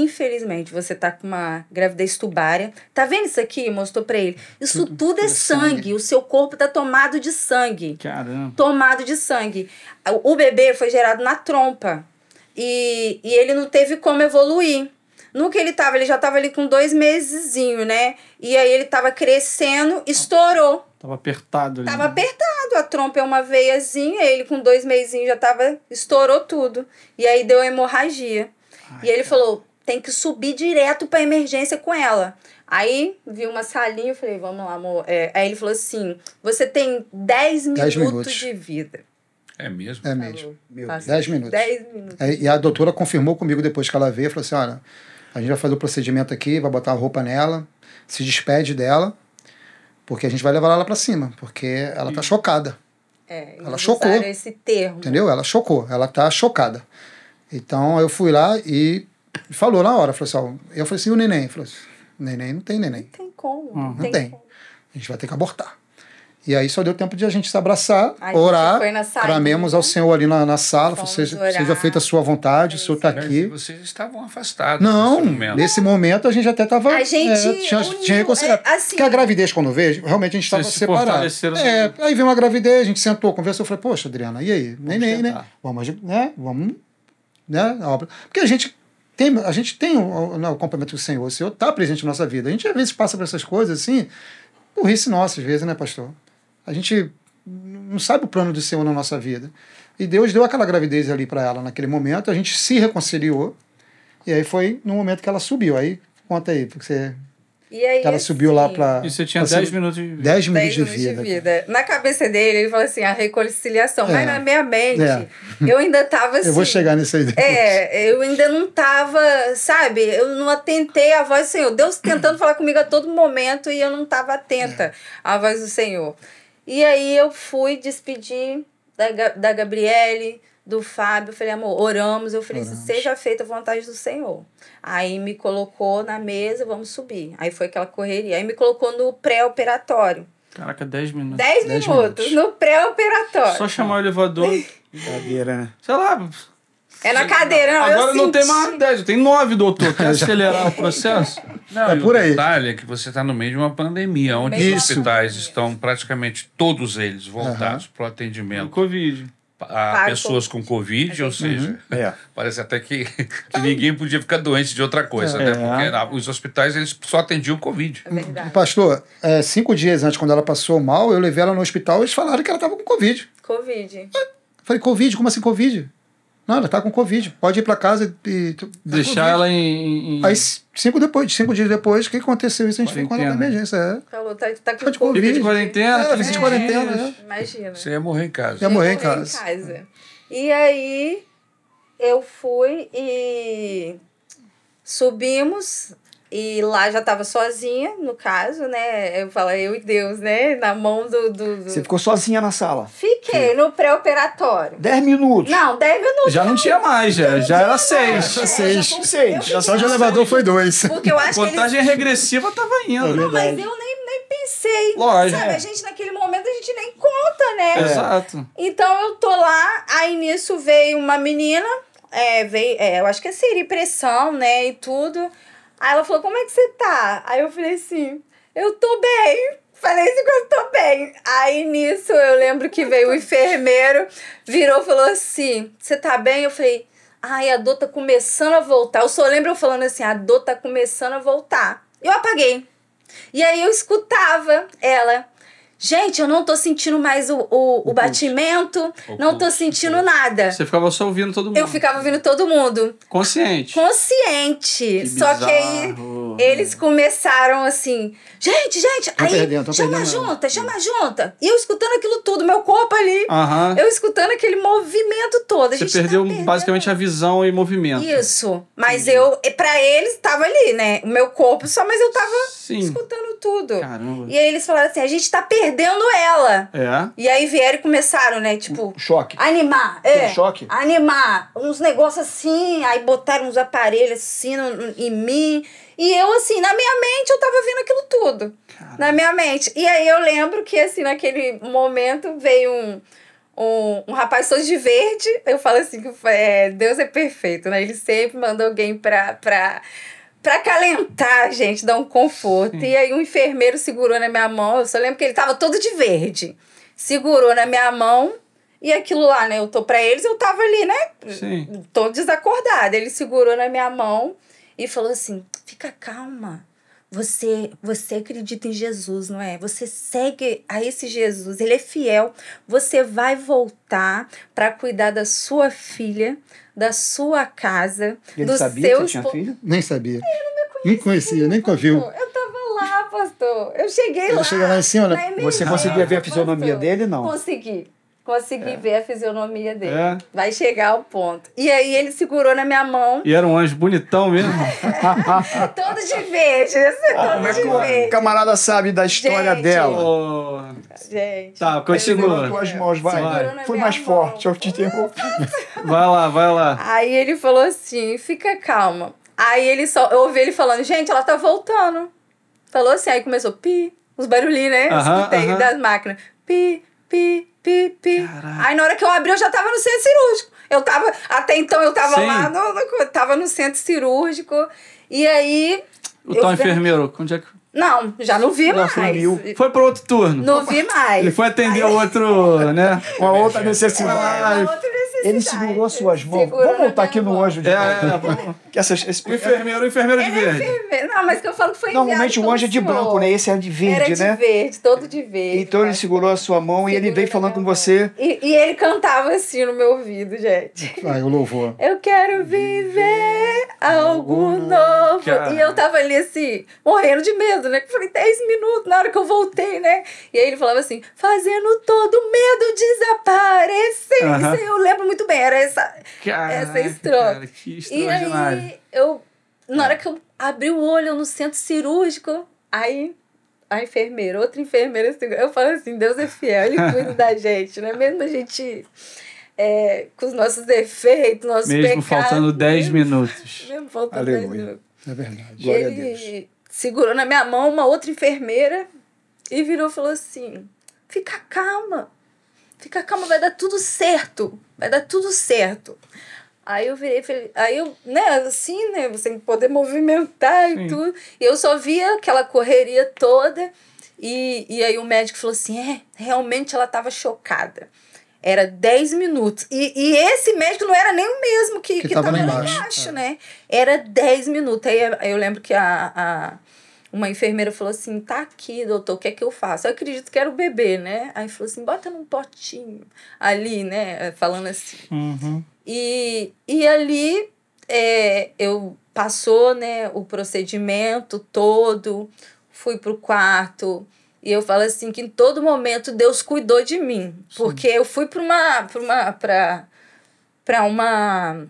Speaker 4: infelizmente você tá com uma gravidez tubária. Tá vendo isso aqui? Mostrou pra ele. Isso tudo, é sangue. O seu corpo tá tomado de sangue.
Speaker 2: Caramba.
Speaker 4: Tomado de sangue. O bebê foi gerado na trompa. E, e ele não teve como evoluir. No que ele tava, ele já tava ali com dois mesezinho, né? E aí ele tava crescendo, estourou.
Speaker 2: Tava apertado ali.
Speaker 5: Uhum.
Speaker 4: Tava apertado, a trompa é uma veiazinha, ele com dois meizinhos já tava, estourou tudo. E aí deu hemorragia. e ele falou, tem que subir direto pra emergência com ela. Aí vi uma salinha, eu falei, vamos lá, amor. É, aí ele falou assim, você tem 10 minutos,
Speaker 5: Dez minutos.
Speaker 4: de vida.
Speaker 1: É mesmo?
Speaker 5: É mesmo.
Speaker 3: Meu
Speaker 4: Falou,
Speaker 5: Dez minutos.
Speaker 4: 10 minutos.
Speaker 5: É, E a doutora confirmou comigo depois que ela veio, falou assim, olha, a gente vai fazer o procedimento aqui, vai botar a roupa nela, se despede dela, porque a gente vai levar ela pra cima, porque ela tá chocada,
Speaker 4: É,
Speaker 5: Ela
Speaker 4: eles
Speaker 5: chocou.
Speaker 4: usaram esse termo.
Speaker 5: entendeu? Ela chocou, ela tá chocada. Então eu fui lá e falou na hora, falou assim, ó, eu falei assim, e o neném? Falou assim, neném não tem neném.
Speaker 4: Não tem como. Não
Speaker 5: Não
Speaker 4: tem,
Speaker 5: tem.
Speaker 4: como.
Speaker 5: A gente vai ter que abortar. E aí só deu tempo de a gente se abraçar,
Speaker 4: A gente
Speaker 5: orar,
Speaker 4: foi na saída,
Speaker 5: clamemos ao
Speaker 4: né?
Speaker 5: Senhor ali na, na sala, falou,
Speaker 4: Fomos
Speaker 5: seja,
Speaker 4: orar. É
Speaker 5: seja feita a sua vontade, o Senhor está
Speaker 1: Mas
Speaker 5: aqui.
Speaker 1: Vocês estavam afastados
Speaker 5: Não,
Speaker 1: nesse momento.
Speaker 5: nesse momento a gente até estava.
Speaker 4: A gente
Speaker 5: tinha,
Speaker 4: uniu,
Speaker 5: tinha reconsiderado.
Speaker 4: é, assim-
Speaker 5: Porque a gravidez, quando vejo, realmente a gente estava
Speaker 2: se
Speaker 5: separado.
Speaker 2: fortaleceram.
Speaker 5: É, aí veio uma gravidez, a gente sentou, conversou, eu falei, poxa, Adriana, e aí? Nem, nem, né?
Speaker 2: tentar.
Speaker 5: Vamos, né? Vamos, né? A obra. Porque a gente tem, a gente tem o, o, né, o complemento do Senhor, o Senhor está presente na nossa vida. A gente às vezes passa por essas coisas assim, burrice nossa, às vezes, né, pastor? A gente não sabe o plano do Senhor na nossa vida. E Deus deu aquela gravidez ali para ela naquele momento, a gente se reconciliou. E aí foi no momento que ela subiu. Aí conta aí, porque você,
Speaker 4: E aí,
Speaker 5: que ela subiu lá
Speaker 4: assim,
Speaker 5: para.
Speaker 2: E você tinha 10 minutos de vida.
Speaker 5: 10 minutos
Speaker 4: 10
Speaker 5: de vida.
Speaker 4: Na cabeça dele, ele falou assim, a reconciliação.
Speaker 5: É.
Speaker 4: Mas na minha mente,
Speaker 5: É.
Speaker 4: eu ainda tava assim...
Speaker 5: Eu vou chegar nisso aí depois.
Speaker 4: É, eu ainda não tava, sabe? Eu não atentei à voz do Senhor. Deus tentando falar comigo a todo momento e eu não tava atenta à voz do Senhor. E aí eu fui despedir da, Ga- da Gabriele, do Fábio. Eu falei, amor, oramos. Eu falei,
Speaker 5: Oramos.
Speaker 4: seja feita a vontade do Senhor. Aí me colocou na mesa, vamos subir. Aí foi aquela correria. Aí me colocou no pré-operatório.
Speaker 2: Caraca, 10 minutos.
Speaker 4: 10
Speaker 5: Hum, Dez
Speaker 4: minutos,
Speaker 5: minutos.
Speaker 4: no pré-operatório.
Speaker 2: Só chamar o elevador.
Speaker 3: Brincadeira, né?
Speaker 2: Sei lá.
Speaker 4: É na cadeira, não,
Speaker 2: Agora
Speaker 4: eu
Speaker 2: não tem
Speaker 4: senti.
Speaker 2: mais 10, tem 9, doutor. Quer acelerar o processo?
Speaker 1: Não,
Speaker 5: É
Speaker 1: e
Speaker 5: por
Speaker 1: o
Speaker 5: aí.
Speaker 1: detalhe é que você está no meio de uma pandemia, onde
Speaker 4: Meio de uma
Speaker 1: os hospitais
Speaker 4: pandemia.
Speaker 1: estão praticamente todos eles voltados para o atendimento
Speaker 2: Covid.
Speaker 1: a
Speaker 4: Para
Speaker 1: pessoas com Covid, ou
Speaker 5: Uhum.
Speaker 1: seja,
Speaker 3: É.
Speaker 1: parece até que, que ninguém podia ficar doente de outra coisa,
Speaker 2: É.
Speaker 1: né? Porque ah, os hospitais eles só atendiam Covid.
Speaker 4: É verdade.
Speaker 5: Pastor, é, cinco dias antes, quando ela passou mal, eu levei ela no hospital e eles falaram que ela estava com Covid.
Speaker 4: Covid.
Speaker 5: Eu falei, Covid? Como assim Covid? Não, ela tá com Covid. Pode ir para casa e. tá com
Speaker 2: Deixar
Speaker 5: Covid.
Speaker 2: ela em. em-
Speaker 5: Aí, cinco, depois, cinco dias depois, o que aconteceu? Isso a gente ficou na
Speaker 2: Quarentena.
Speaker 5: emergência. É.
Speaker 4: Falou, tá, tá com
Speaker 5: Tá de
Speaker 4: Covid.
Speaker 2: Fica de
Speaker 5: Covid.
Speaker 2: quarentena.
Speaker 5: É, fica de
Speaker 2: 15
Speaker 5: quarentena,
Speaker 2: dias.
Speaker 5: né?
Speaker 4: Imagina.
Speaker 1: Você ia morrer em casa.
Speaker 5: Ia morrer em
Speaker 4: Eu morri
Speaker 5: casa.
Speaker 4: E aí eu fui e subimos e lá já tava sozinha, no caso, né? Eu falo, eu e Deus, né? Na mão do. do, do-
Speaker 3: Você ficou sozinha na sala.
Speaker 4: Fiquei no pré-operatório.
Speaker 3: Dez minutos.
Speaker 4: Não, 10 minutos.
Speaker 2: Já não tinha mais, já, já era seis.
Speaker 3: Já seis.
Speaker 4: são
Speaker 3: Seis.
Speaker 4: eu
Speaker 5: Já só de
Speaker 4: fiquei-
Speaker 5: elevador foi dois.
Speaker 4: Porque eu acho que eles
Speaker 2: Contagem regressiva tava indo.
Speaker 4: Não, mas eu nem, nem pensei.
Speaker 2: Lógico. É.
Speaker 4: Sabe, a gente naquele momento a gente nem conta, né?
Speaker 2: Exato.
Speaker 4: Então eu tô lá, aí nisso veio uma menina, é, veio, é, eu acho que é seria pressão, né? E tudo. Aí ela falou: Como é que você tá? Aí eu falei assim: Eu tô bem. Falei assim que eu tô bem. Aí nisso eu lembro que veio o enfermeiro, virou e falou assim: Você tá bem? Eu falei: Ai, a dor tá começando a voltar. Eu só lembro eu falando assim: A dor tá começando a voltar. Eu apaguei. E aí eu escutava ela. Gente, eu não tô sentindo mais o, o, o batimento,
Speaker 1: O
Speaker 4: não tô
Speaker 1: pulso,
Speaker 4: sentindo nada.
Speaker 2: Você ficava só ouvindo todo mundo.
Speaker 4: É. Eu ficava ouvindo todo mundo.
Speaker 2: Consciente.
Speaker 4: Consciente. Só que aí
Speaker 2: bizarro.
Speaker 4: eles começaram assim, gente, gente, aí
Speaker 5: perdendo, tô
Speaker 4: chama a
Speaker 5: perdendo.
Speaker 4: junta, chama a junta. E eu escutando aquilo tudo, meu corpo ali,
Speaker 2: Aham.
Speaker 4: eu escutando aquele movimento todo. A
Speaker 2: Você
Speaker 4: gente tá
Speaker 2: perdeu um,
Speaker 4: perdendo
Speaker 2: basicamente a visão e movimento.
Speaker 4: isso, mas eu, e pra eles, tava ali, né? O meu corpo só, mas eu tava
Speaker 2: Sim.
Speaker 4: escutando tudo.
Speaker 2: Caramba.
Speaker 4: E aí eles falaram assim: a gente tá perdendo ela.
Speaker 2: É.
Speaker 4: E aí vieram e começaram, né? Tipo,
Speaker 3: O Choque.
Speaker 4: animar.
Speaker 3: Teve
Speaker 4: É,
Speaker 3: choque?
Speaker 4: Animar. Uns negócios assim, aí botaram uns aparelhos assim no- no- em mim. E eu, assim, na minha mente, eu tava vendo aquilo tudo. Na minha mente. E aí eu lembro que, assim, naquele momento veio um. Um, um rapaz todo de verde, eu falo assim: que é, Deus é perfeito, né? Ele sempre manda alguém pra, pra, pra calentar, gente, dar um conforto. E aí um enfermeiro segurou na minha mão, eu só lembro que ele tava todo de verde. Segurou na minha mão e aquilo lá, né? Eu tô pra eles, eu tava ali, né?
Speaker 2: Sim.
Speaker 4: Tô desacordada. Ele segurou na minha mão e falou assim: fica calma. Você, você acredita em Jesus, não é? Você segue a esse Jesus, ele é fiel. Você vai voltar pra cuidar da sua filha, da sua casa,
Speaker 3: Ele
Speaker 4: dos
Speaker 3: sabia que você
Speaker 4: seus
Speaker 3: tinha
Speaker 4: po-
Speaker 3: filho?
Speaker 5: Nem sabia. Nem conhecia, nem conviu.
Speaker 4: eu tava lá, pastor. Eu cheguei
Speaker 5: Ele
Speaker 4: lá.
Speaker 5: chega lá em cima,
Speaker 4: na
Speaker 5: né?
Speaker 3: Você
Speaker 4: emergência,
Speaker 3: conseguia ver a
Speaker 4: pastor.
Speaker 3: fisionomia dele? Não. É.
Speaker 4: Consegui. Consegui ver a fisionomia dele.
Speaker 2: É.
Speaker 4: Vai chegar ao ponto. E aí ele segurou na minha mão,
Speaker 2: E era um anjo bonitão mesmo.
Speaker 4: É. todo de verde. Esse
Speaker 2: Ah,
Speaker 4: todo de
Speaker 3: O
Speaker 4: verde.
Speaker 3: camarada sabe da história
Speaker 4: Gente.
Speaker 3: dela.
Speaker 2: Oh,
Speaker 4: Gente.
Speaker 2: Tá, continua.
Speaker 3: Levantou as mãos, vai.
Speaker 4: Segurou na
Speaker 3: Foi
Speaker 4: minha
Speaker 3: mais
Speaker 4: mão.
Speaker 3: forte, eu te interrompi.
Speaker 2: Vai lá, vai lá.
Speaker 4: Aí ele falou assim: fica calma. Aí ele só. Eu ouvi ele falando, gente, ela tá voltando. Falou assim, aí começou pi, os barulhinhos, né? Eu
Speaker 2: Aham,
Speaker 4: escutei
Speaker 2: aham.
Speaker 4: das máquinas. Pi, pi, pi, pi.
Speaker 2: Caraca.
Speaker 4: Aí na hora que eu abri, eu já tava no centro cirúrgico. Eu tava. Até então eu tava
Speaker 2: Sim.
Speaker 4: lá, no, no, tava no centro cirúrgico. E aí.
Speaker 2: O
Speaker 4: eu
Speaker 2: tal
Speaker 4: vi-
Speaker 2: enfermeiro, onde é que.
Speaker 4: Não, já não vi
Speaker 3: Não,
Speaker 4: mais.
Speaker 3: sumiu.
Speaker 2: Foi pro outro turno.
Speaker 4: Não vi mais.
Speaker 2: Ele foi atender o outro, né?
Speaker 3: Uma outra necessidade.
Speaker 4: Uma outra necessidade.
Speaker 3: Ele segurou suas mãos.
Speaker 4: Segurou
Speaker 3: Vamos voltar
Speaker 4: na
Speaker 3: aqui
Speaker 4: minha
Speaker 3: no
Speaker 4: mão.
Speaker 3: anjo de
Speaker 2: É,
Speaker 3: novo.
Speaker 2: é,
Speaker 3: Que essas- esse-
Speaker 2: o enfermeiro, o enfermeiro de
Speaker 4: É,
Speaker 2: verde.
Speaker 4: Enfermeiro. Não, mas que eu falo que foi enviado
Speaker 3: Normalmente o
Speaker 4: pelo
Speaker 3: anjo é de
Speaker 4: Senhor.
Speaker 3: branco, né? Esse é de
Speaker 4: Era
Speaker 3: verde,
Speaker 4: de
Speaker 3: né?
Speaker 4: verde, todo de verde.
Speaker 3: Então ele
Speaker 4: pastor.
Speaker 3: segurou a sua mão e ele
Speaker 4: Segurou
Speaker 3: veio
Speaker 4: na
Speaker 3: falando
Speaker 4: minha
Speaker 3: com
Speaker 4: mão.
Speaker 3: você.
Speaker 4: E, e ele cantava assim no meu ouvido, gente.
Speaker 5: Vai, o louvor.
Speaker 4: Eu quero viver algo novo.
Speaker 2: Cara.
Speaker 4: E eu tava ali assim, morrendo de medo, né? Eu falei, 10 minutos na hora que eu voltei, né? E aí ele falava assim, fazendo todo medo desaparecer.
Speaker 2: Aham.
Speaker 4: Isso aí eu lembro muito bem, era essa, essa é
Speaker 2: Caraca,
Speaker 4: estrofe.
Speaker 2: cara, que
Speaker 4: E
Speaker 2: extraordinário.
Speaker 4: aí, eu, na hora que eu abri o olho eu no centro cirúrgico, aí a enfermeira, outra enfermeira, assim, eu falo assim: Deus é fiel, ele cuida da gente, né? Mesmo a gente é, com os nossos defeitos, nossos
Speaker 2: Mesmo
Speaker 4: pecados.
Speaker 2: faltando 10
Speaker 4: mesmo-
Speaker 2: minutos.
Speaker 4: Mesmo faltando 10
Speaker 3: Aleluia.
Speaker 4: minutos.
Speaker 5: É verdade.
Speaker 3: Glória a
Speaker 4: ele segurou na minha mão uma outra enfermeira e virou e falou assim: fica calma, fica calma, vai dar tudo certo, vai dar tudo certo. Aí eu virei, e falei, aí eu, né, assim, né, sem poder movimentar
Speaker 2: Sim.
Speaker 4: e tudo. E eu só via aquela correria toda. E, e aí o médico falou assim: é, realmente ela estava chocada. Era 10 minutos. E, e esse médico não era nem o mesmo que,
Speaker 5: Que
Speaker 4: que,
Speaker 5: tava
Speaker 4: tava,
Speaker 5: lá
Speaker 4: lá
Speaker 5: embaixo.
Speaker 4: embaixo, né? Era 10 minutos. Aí eu- eu lembro que a, a, uma enfermeira falou assim: tá aqui, doutor, o que é que eu faço? Eu acredito que era o bebê, né? Aí falou assim: bota num potinho ali, né? Falando assim.
Speaker 2: Uhum.
Speaker 4: E, e ali é, eu passou né, o procedimento todo, fui pro quarto. E eu falo assim que em todo momento Deus cuidou de mim. Porque eu fui para uma. Pra uma pra, para uma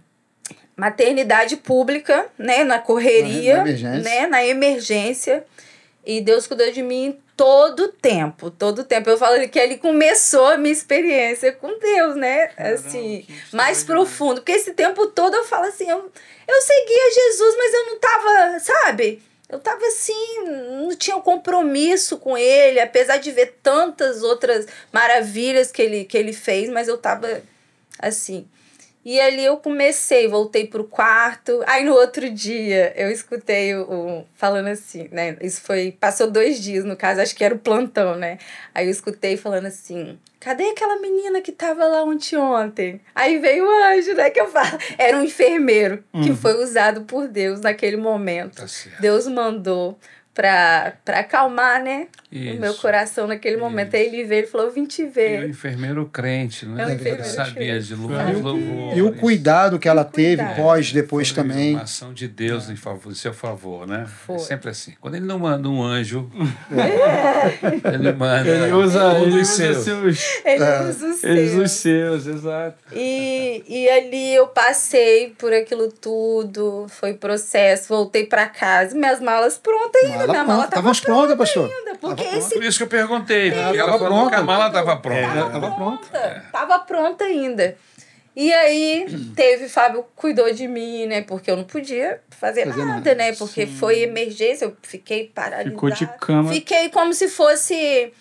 Speaker 4: maternidade pública, né, na correria,
Speaker 5: Na emergência.
Speaker 4: né, na emergência. E Deus cuidou de mim todo o tempo, todo o tempo. Eu falo que ali começou a minha experiência com Deus, né? assim,
Speaker 2: é
Speaker 4: mais profundo, porque esse tempo todo eu falo assim, eu, eu seguia Jesus, mas eu não tava, sabe? Eu tava assim, não tinha um compromisso com ele, apesar de ver tantas outras maravilhas que ele, que ele fez, mas eu tava assim. E ali eu comecei, voltei pro quarto. Aí no outro dia eu escutei o, o- falando assim, né? Isso foi. Passou dois dias, no caso, acho que era o plantão, né? Aí eu escutei falando assim: cadê aquela menina que tava lá ontem ontem? Aí veio o anjo, né? Que eu falo. Era um enfermeiro que foi usado por Deus naquele momento.
Speaker 1: Tá certo.
Speaker 4: Deus mandou pra, pra acalmar, né? O meu
Speaker 1: Isso.
Speaker 4: coração naquele momento. Aí ele veio ele falou: vim te
Speaker 1: E o
Speaker 4: ver.
Speaker 1: enfermeiro crente, né?
Speaker 4: É um
Speaker 1: Ele
Speaker 4: enfermeiro
Speaker 1: sabia
Speaker 4: crente.
Speaker 1: de louvor. louvor
Speaker 5: E o cuidado que ela teve
Speaker 4: cuidado.
Speaker 5: pós, depois
Speaker 1: Foi
Speaker 5: também.
Speaker 1: Uma ação de Deus em favor, em seu favor, né?
Speaker 4: É. Foi.
Speaker 1: É sempre assim. Quando ele não manda um anjo,
Speaker 4: É.
Speaker 1: ele manda.
Speaker 2: Ele usa,
Speaker 1: tudo
Speaker 2: ele
Speaker 1: em
Speaker 2: usa
Speaker 1: seu.
Speaker 2: seus.
Speaker 4: Ele usa o
Speaker 2: Ele usa
Speaker 4: seu.
Speaker 2: os seus, exato.
Speaker 4: E, e ali eu passei por aquilo tudo, foi processo, voltei pra casa, minhas malas prontas ainda, minha mala tava
Speaker 5: Estavam prontas, pastor.
Speaker 4: ainda, porque
Speaker 5: tava
Speaker 4: esse
Speaker 1: Por isso que eu perguntei. porque
Speaker 5: tava É.
Speaker 1: ela falou
Speaker 5: pronta.
Speaker 1: que a mala estava pronta.
Speaker 5: Ela estava pronta.
Speaker 4: pronta, tava pronta ainda. E aí teve, Fábio cuidou de mim, né, porque eu não podia fazer,
Speaker 5: Fazer
Speaker 4: nada,
Speaker 5: nada,
Speaker 4: né, porque foi emergência, eu fiquei paralisada.
Speaker 2: Ficou de cama.
Speaker 4: Fiquei como se fosse,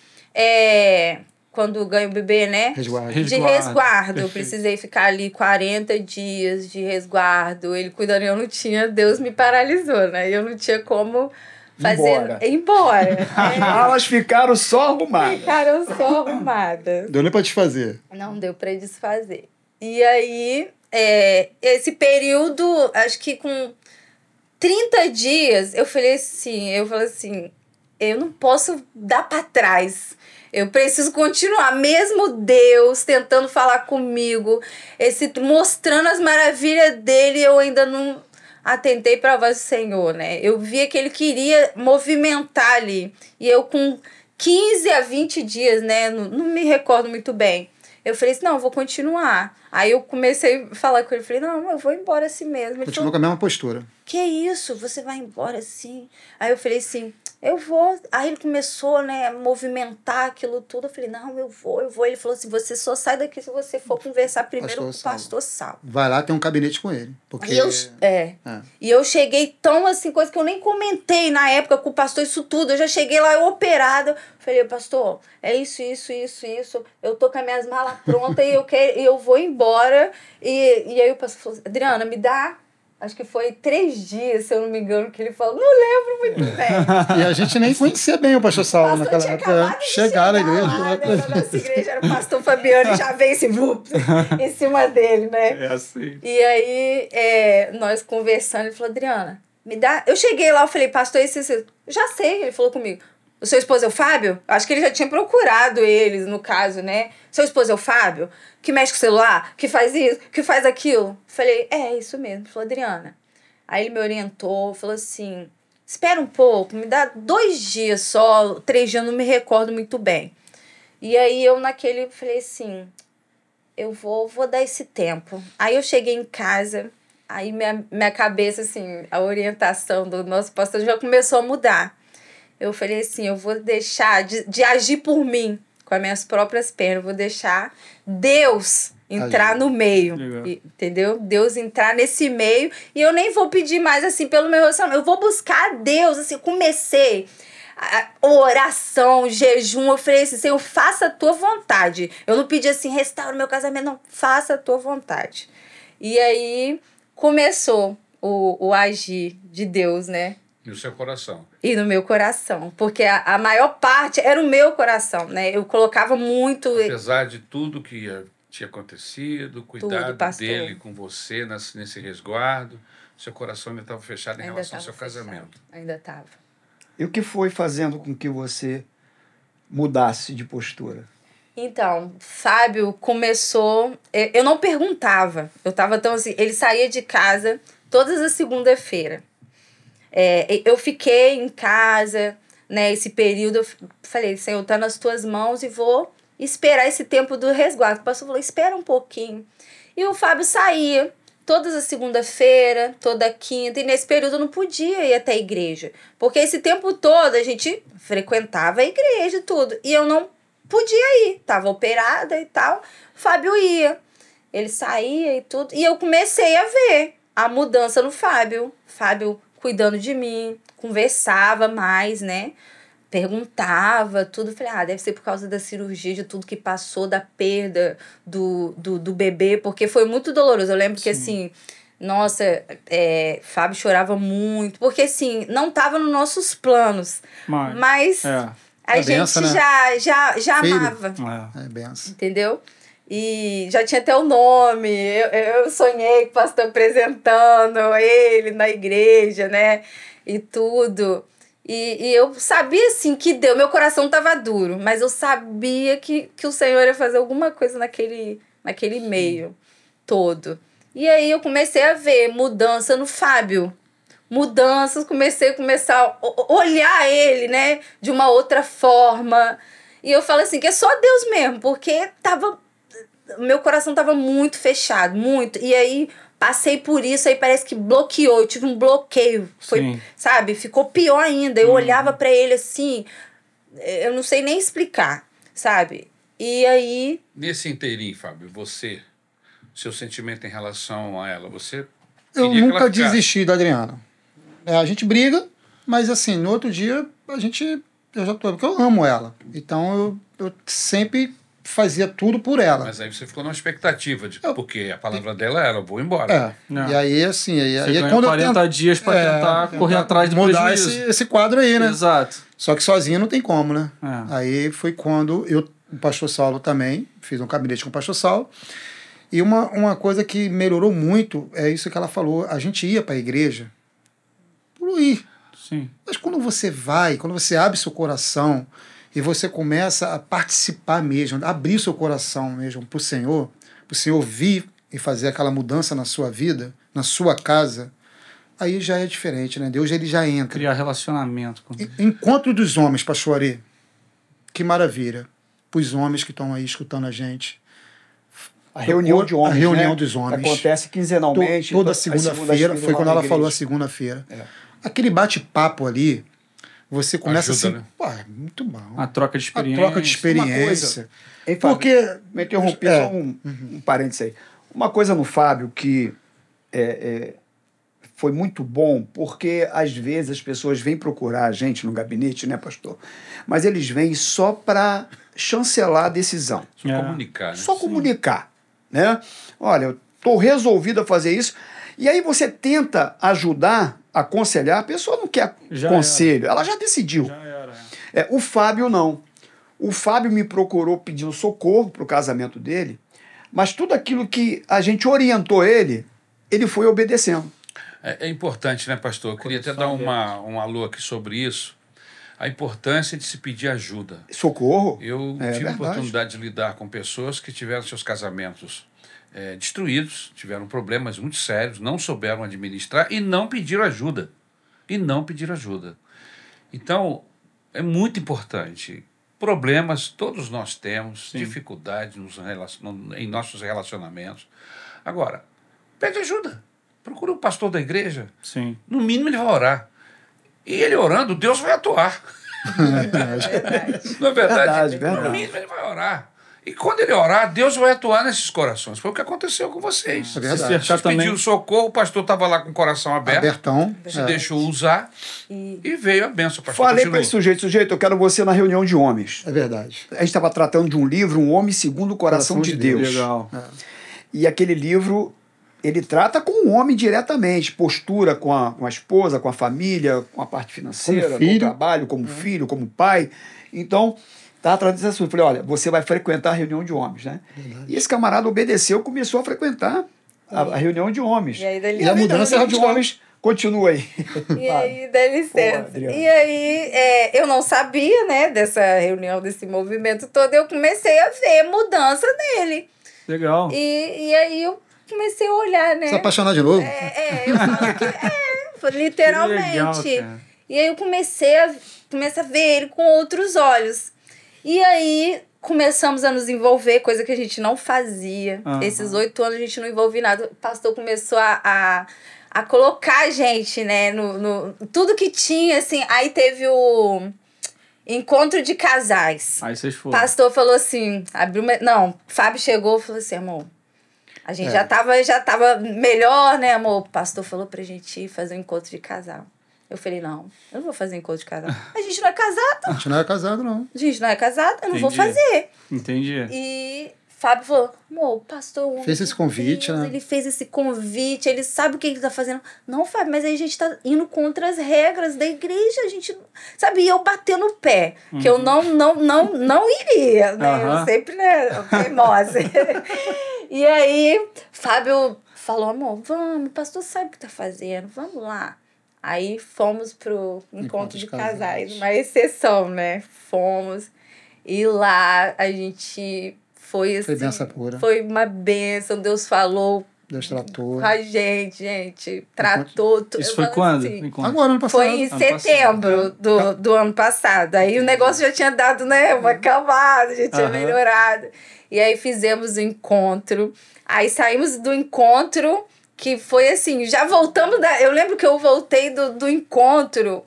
Speaker 4: é, quando ganha o bebê, né,
Speaker 5: Resguardo.
Speaker 2: Res-
Speaker 4: De
Speaker 2: Resguardo,
Speaker 4: resguardo. Eu
Speaker 2: perfeito.
Speaker 4: precisei ficar ali 40 dias de resguardo. Ele cuidando, eu não tinha. Deus me paralisou, né? Eu não tinha como fazer.
Speaker 3: Embora.
Speaker 4: ir embora. É.
Speaker 3: As malas ficaram só arrumadas.
Speaker 4: Cara, eu sou arrumada.
Speaker 5: Deu nem pra desfazer.
Speaker 4: Não deu pra desfazer. E aí, é, esse período, acho que com 30 dias, eu falei assim, eu falei assim, eu não posso dar pra trás. Eu preciso continuar, mesmo Deus tentando falar comigo, esse mostrando as maravilhas dele, eu ainda não atentei pra voz do Senhor, né? Eu via que ele queria movimentar ali. E eu com 15 a 20 dias, né? Não, não me recordo muito bem. Eu falei assim, não, eu vou continuar. Aí eu comecei a falar com ele, falei, não, eu vou embora assim mesmo. Ele falou,
Speaker 5: Continuou com a mesma postura.
Speaker 4: que é isso, você vai embora assim? Aí eu falei assim, eu vou. Aí ele começou, né, a movimentar aquilo tudo. Eu falei, não, eu vou, eu vou. Ele falou assim, você só sai daqui se você for conversar primeiro
Speaker 5: Pastor
Speaker 4: com o pastor Sal.
Speaker 5: Vai lá, tem um gabinete com ele. Porque
Speaker 4: E eu, é.
Speaker 5: Ah.
Speaker 4: e eu cheguei tão assim, coisa que eu nem comentei na época com o pastor, isso tudo. Eu já cheguei lá, eu operada. Falei, pastor, é isso, isso, isso, isso. Eu tô com as minhas malas prontas e eu, quero, e eu vou embora. E, e aí o pastor falou assim, Adriana, me dá. Acho que foi três dias, se eu não me engano, que ele falou. Não lembro muito bem.
Speaker 5: e a gente nem conhecia bem o pastor
Speaker 4: pastor
Speaker 5: Saulo naquela
Speaker 4: tinha
Speaker 5: época.
Speaker 4: acabado de
Speaker 5: Chegaram à
Speaker 4: chegar lá, né,
Speaker 5: igreja.
Speaker 4: na nossa igreja era o pastor Fabiano e já veio esse vup em cima dele, né?
Speaker 2: É assim.
Speaker 4: E aí, é, nós conversando, ele falou, Adriana, me dá. Eu cheguei lá, eu falei, pastor, esse, esse- já sei, ele falou comigo. O seu esposo é o Fábio? Acho que ele já tinha procurado eles, no caso, né? Seu esposo é o Fábio? Que mexe com o celular? Que faz isso? Que faz aquilo? Falei, é, isso mesmo. Ele falou, Adriana. Aí ele me orientou, falou assim: espera um pouco, me dá dois dias só, três dias, não me recordo muito bem. E aí eu naquele falei assim, eu vou, vou dar esse tempo. Aí eu cheguei em casa, aí minha, minha cabeça, assim, a orientação do nosso pastor já começou a mudar. Eu falei assim, eu vou deixar de, de agir por mim, com as minhas próprias pernas, eu vou deixar Deus entrar
Speaker 5: Agir.
Speaker 4: tá no meio.
Speaker 2: Legal.
Speaker 4: E- entendeu? Deus entrar nesse meio e eu nem vou pedir mais assim pelo meu relacionamento. Eu vou buscar a Deus, assim, eu comecei a a oração, jejum, eu falei assim, Senhor, faça a tua vontade. Eu não pedi assim, restaura o meu casamento, não, faça a tua vontade. E aí começou o, o agir de Deus, né?
Speaker 1: No seu coração.
Speaker 4: E no meu coração, porque a, a maior parte era o meu coração, né? Eu colocava muito.
Speaker 1: Apesar de tudo que ia- tinha acontecido, o cuidado
Speaker 4: pastor.
Speaker 1: dele com você nas- nesse resguardo, seu coração ainda estava fechado em
Speaker 4: Ainda
Speaker 1: relação ao
Speaker 4: tava
Speaker 1: seu
Speaker 4: fechado,
Speaker 1: casamento.
Speaker 4: Ainda tava.
Speaker 3: E o que foi fazendo com que você mudasse de postura?
Speaker 4: Então, Fábio começou. é, Eu não perguntava. Eu tava tão assim. Ele saía de casa todas as segunda-feira. É, e- eu fiquei em casa, né? Esse período, eu f- falei, Senhor, tá nas tuas mãos e vou esperar esse tempo do resguardo. O pastor falou, espera um pouquinho. E o Fábio saía todas as segunda-feira, toda quinta, e nesse período eu não podia ir até a igreja. Porque esse tempo todo a gente frequentava a igreja e tudo. E eu não podia ir, tava operada e tal. O Fábio ia. Ele saía e tudo. E eu comecei a ver a mudança no Fábio. Fábio cuidando de mim, conversava mais, né? perguntava, tudo. Falei, ah, deve ser por causa da cirurgia, de tudo que passou, da perda do, do, do bebê, porque foi muito doloroso. Eu lembro que assim. Nossa, é, Fábio chorava muito, porque assim, não tava nos nossos planos,
Speaker 2: Mas,
Speaker 4: mas
Speaker 2: é.
Speaker 4: a
Speaker 5: É
Speaker 4: gente
Speaker 5: benção, né?
Speaker 4: já, já, já
Speaker 5: Filho.
Speaker 4: amava,
Speaker 2: é.
Speaker 5: É benção.
Speaker 4: entendeu? E já tinha até o nome, eu, eu sonhei com o pastor apresentando ele na igreja, né? E tudo. E, e eu sabia, assim, que deu. Meu coração tava duro, mas eu sabia que, que o Senhor ia fazer alguma coisa naquele, naquele meio todo. E aí eu comecei a ver mudança no Fábio. Mudanças, comecei a começar a o- olhar ele, né? De uma outra forma. E eu falo assim, que é só Deus mesmo, porque tava. Meu coração tava muito fechado, muito. E aí passei por isso, aí parece que bloqueou. Eu tive um bloqueio. Foi,
Speaker 2: Sim.
Speaker 4: sabe? Ficou pior ainda. Eu olhava pra ele assim, eh, eu não sei nem explicar, sabe? E aí
Speaker 1: Nesse inteirinho, Fábio, você, seu sentimento em relação a ela, você.
Speaker 5: Eu
Speaker 1: queria que ela
Speaker 5: nunca
Speaker 1: ficasse.
Speaker 5: desisti da Adriana. É, a gente briga, mas assim, no outro dia a gente. Eu já tô. Porque eu amo ela. Então eu, eu sempre fazia tudo por ela.
Speaker 1: Mas aí você ficou numa expectativa, de,
Speaker 5: Eu-
Speaker 1: porque a palavra dela era: vou embora.
Speaker 5: É.
Speaker 2: Não.
Speaker 5: E aí, assim, aí,
Speaker 2: Você
Speaker 5: aí
Speaker 2: ganha
Speaker 5: quando eu
Speaker 2: 40
Speaker 5: tento-
Speaker 2: dias pra
Speaker 5: é,
Speaker 2: tentar correr atrás do
Speaker 5: mudar
Speaker 2: prejuízo.
Speaker 5: esse, esse quadro aí, né?
Speaker 2: Exato.
Speaker 5: Só que sozinho não tem como, né?
Speaker 2: É.
Speaker 5: Aí foi quando eu, o pastor Saulo também, fiz um gabinete com o pastor Saulo. E uma, uma coisa que melhorou muito é isso que ela falou. A gente ia para a igreja por ir.
Speaker 2: Sim.
Speaker 5: Mas quando você vai, quando você abre seu coração e você começa a participar mesmo, abrir seu coração mesmo para o Senhor, para o Senhor vir e fazer aquela mudança na sua vida, na sua casa, aí já é diferente, né? Deus ele já entra.
Speaker 2: Criar relacionamento com
Speaker 5: En- Encontro dos homens, Pachoarê. Que maravilha. Para os homens que estão aí escutando a gente.
Speaker 3: A reunião de homens.
Speaker 5: A reunião
Speaker 3: né?
Speaker 5: dos homens.
Speaker 3: Acontece
Speaker 5: To-
Speaker 3: quinzenalmente.
Speaker 5: toda
Speaker 3: as
Speaker 5: segunda-feira.
Speaker 3: segundas-feiras
Speaker 5: Foi
Speaker 3: lá
Speaker 5: quando
Speaker 3: na
Speaker 5: ela
Speaker 3: igreja.
Speaker 5: falou assim, a segunda-feira.
Speaker 3: É.
Speaker 5: Aquele bate-papo ali, você começa
Speaker 1: Ajuda,
Speaker 5: assim. Pô, é muito bom.
Speaker 2: a troca de
Speaker 5: A
Speaker 2: experiência.
Speaker 5: troca de
Speaker 3: Uma
Speaker 5: experiência.
Speaker 3: coisa. Hein, Fábio?
Speaker 5: Porque.
Speaker 3: Me interrompi,
Speaker 5: É.
Speaker 3: só um, um parênteses aí. Uma coisa no Fábio que é, é, foi muito bom, porque às vezes as pessoas vêm procurar a gente no gabinete, né, pastor? Mas eles vêm só para chancelar a decisão,
Speaker 1: Só
Speaker 2: É.
Speaker 1: comunicar, né?
Speaker 3: só comunicar, né? Olha, eu estou resolvido a fazer isso. E aí você tenta ajudar, aconselhar, a pessoa não quer
Speaker 2: Já era.
Speaker 3: conselho, ela já decidiu.
Speaker 2: Já era.
Speaker 3: É, o Fábio não. O Fábio me procurou pedindo socorro para o casamento dele, mas tudo aquilo que a gente orientou ele, ele foi obedecendo.
Speaker 1: É, é importante, né, pastor? Eu queria até dar uma, um alô aqui sobre isso. A importância de se pedir ajuda.
Speaker 3: Socorro?
Speaker 1: Eu
Speaker 3: É
Speaker 1: tive a
Speaker 3: verdade.
Speaker 1: oportunidade de lidar com pessoas que tiveram seus casamentos eh, destruídos, tiveram problemas muito sérios, não souberam administrar e não pediram ajuda. E não pediram ajuda. Então, é muito importante. Problemas todos nós temos, dificuldades nos relacion- em nossos relacionamentos. Agora, pede ajuda. Procura o pastor da igreja.
Speaker 2: Sim.
Speaker 1: No mínimo, ele vai orar. E ele orando, Deus vai atuar. Não é verdade?
Speaker 3: Verdade, verdade.
Speaker 1: No mínimo ele vai orar. E quando ele orar, Deus vai atuar nesses corações. Foi o que aconteceu com vocês.
Speaker 5: É
Speaker 1: Vocês
Speaker 5: verdade.
Speaker 2: cercar também.
Speaker 1: pediram socorro, o pastor estava lá com o coração aberto,
Speaker 5: Abertão.
Speaker 1: se
Speaker 5: é.
Speaker 1: deixou usar
Speaker 4: E-
Speaker 1: e veio a benção. Pastor,
Speaker 3: Falei
Speaker 1: Continua.
Speaker 3: para esse sujeito, sujeito, eu quero você na reunião de homens.
Speaker 5: É verdade.
Speaker 3: A gente estava tratando de um livro, Um Homem Segundo o Coração, de, Deus. É.
Speaker 2: Legal.
Speaker 3: E aquele livro, ele trata com o homem diretamente, postura com a, com a esposa, com a família, com a parte financeira,
Speaker 5: Como
Speaker 3: com
Speaker 5: filho.
Speaker 3: o trabalho, como filho, como pai. Então, tá atrás desse assunto. Falei, olha, você vai frequentar a reunião de homens, né? E esse camarada obedeceu, começou a frequentar a, a reunião de homens.
Speaker 4: E aí é dali-
Speaker 3: a mudança
Speaker 4: né?
Speaker 5: Dali-
Speaker 3: de homens continua aí.
Speaker 4: E aí, dá licença.
Speaker 3: Pô, Adriana.
Speaker 4: e aí, é, eu não sabia, né, dessa reunião, desse movimento todo, eu comecei a ver mudança nele.
Speaker 2: Legal.
Speaker 4: E, e aí eu comecei a olhar, né?
Speaker 5: Se apaixonar de novo.
Speaker 4: É, é, eu falo que é,
Speaker 2: Que
Speaker 4: literalmente.
Speaker 2: legal, cara.
Speaker 4: E aí eu comecei a, comecei a ver ele com outros olhos. E aí começamos a nos envolver, coisa que a gente não fazia.
Speaker 2: Aham.
Speaker 4: Esses oito anos a gente não envolvia nada. O pastor começou a, a, a colocar a gente, né? No, no, tudo que tinha, assim. Aí teve o encontro de casais.
Speaker 2: Aí vocês
Speaker 4: O
Speaker 2: foram.
Speaker 4: pastor falou assim, abriu uma... Não, Fábio chegou e falou assim, amor, a gente
Speaker 5: É.
Speaker 4: já, tava, já tava melhor, né, amor? O pastor falou pra gente ir fazer um encontro de casal. Eu falei, não, eu não vou fazer encontro de casal. A gente não é casado,
Speaker 5: A gente não era casado, não.
Speaker 4: a gente não é casado, eu não vou
Speaker 2: Entendi.
Speaker 4: fazer.
Speaker 2: Entendi.
Speaker 4: E Fábio falou, amor, o pastor...
Speaker 5: Fez esse convite, né?
Speaker 4: Ele fez esse convite, ele sabe o que ele tá fazendo. Não, Fábio, mas aí a gente tá indo contra as regras da igreja, a gente... Sabe, e eu batendo o pé, que eu não, não, não, não iria, né?
Speaker 2: Aham.
Speaker 4: Eu sempre, né, teimosa. e aí, Fábio falou, amor, vamos, o pastor sabe o que tá fazendo, vamos lá. Aí fomos pro encontro,
Speaker 5: Encontro
Speaker 4: de
Speaker 5: de
Speaker 4: casais,
Speaker 5: casais.
Speaker 4: uma exceção, né? Fomos. E lá a gente foi assim...
Speaker 5: Foi benção pura.
Speaker 4: Foi uma benção, Deus falou
Speaker 5: Deus tratou.
Speaker 4: com a gente, gente. Tratou tudo.
Speaker 2: Isso foi
Speaker 4: assim,
Speaker 2: quando? Me conta.
Speaker 5: Agora, ano passado.
Speaker 4: Foi em
Speaker 2: Ano É.
Speaker 4: setembro do, do ano passado. Aí o negócio já tinha dado, né, uma acalmada, já tinha
Speaker 2: Aham.
Speaker 4: melhorado. E aí fizemos o encontro. Aí saímos do encontro, que foi assim, já voltamos da... Eu lembro que eu voltei do, do encontro...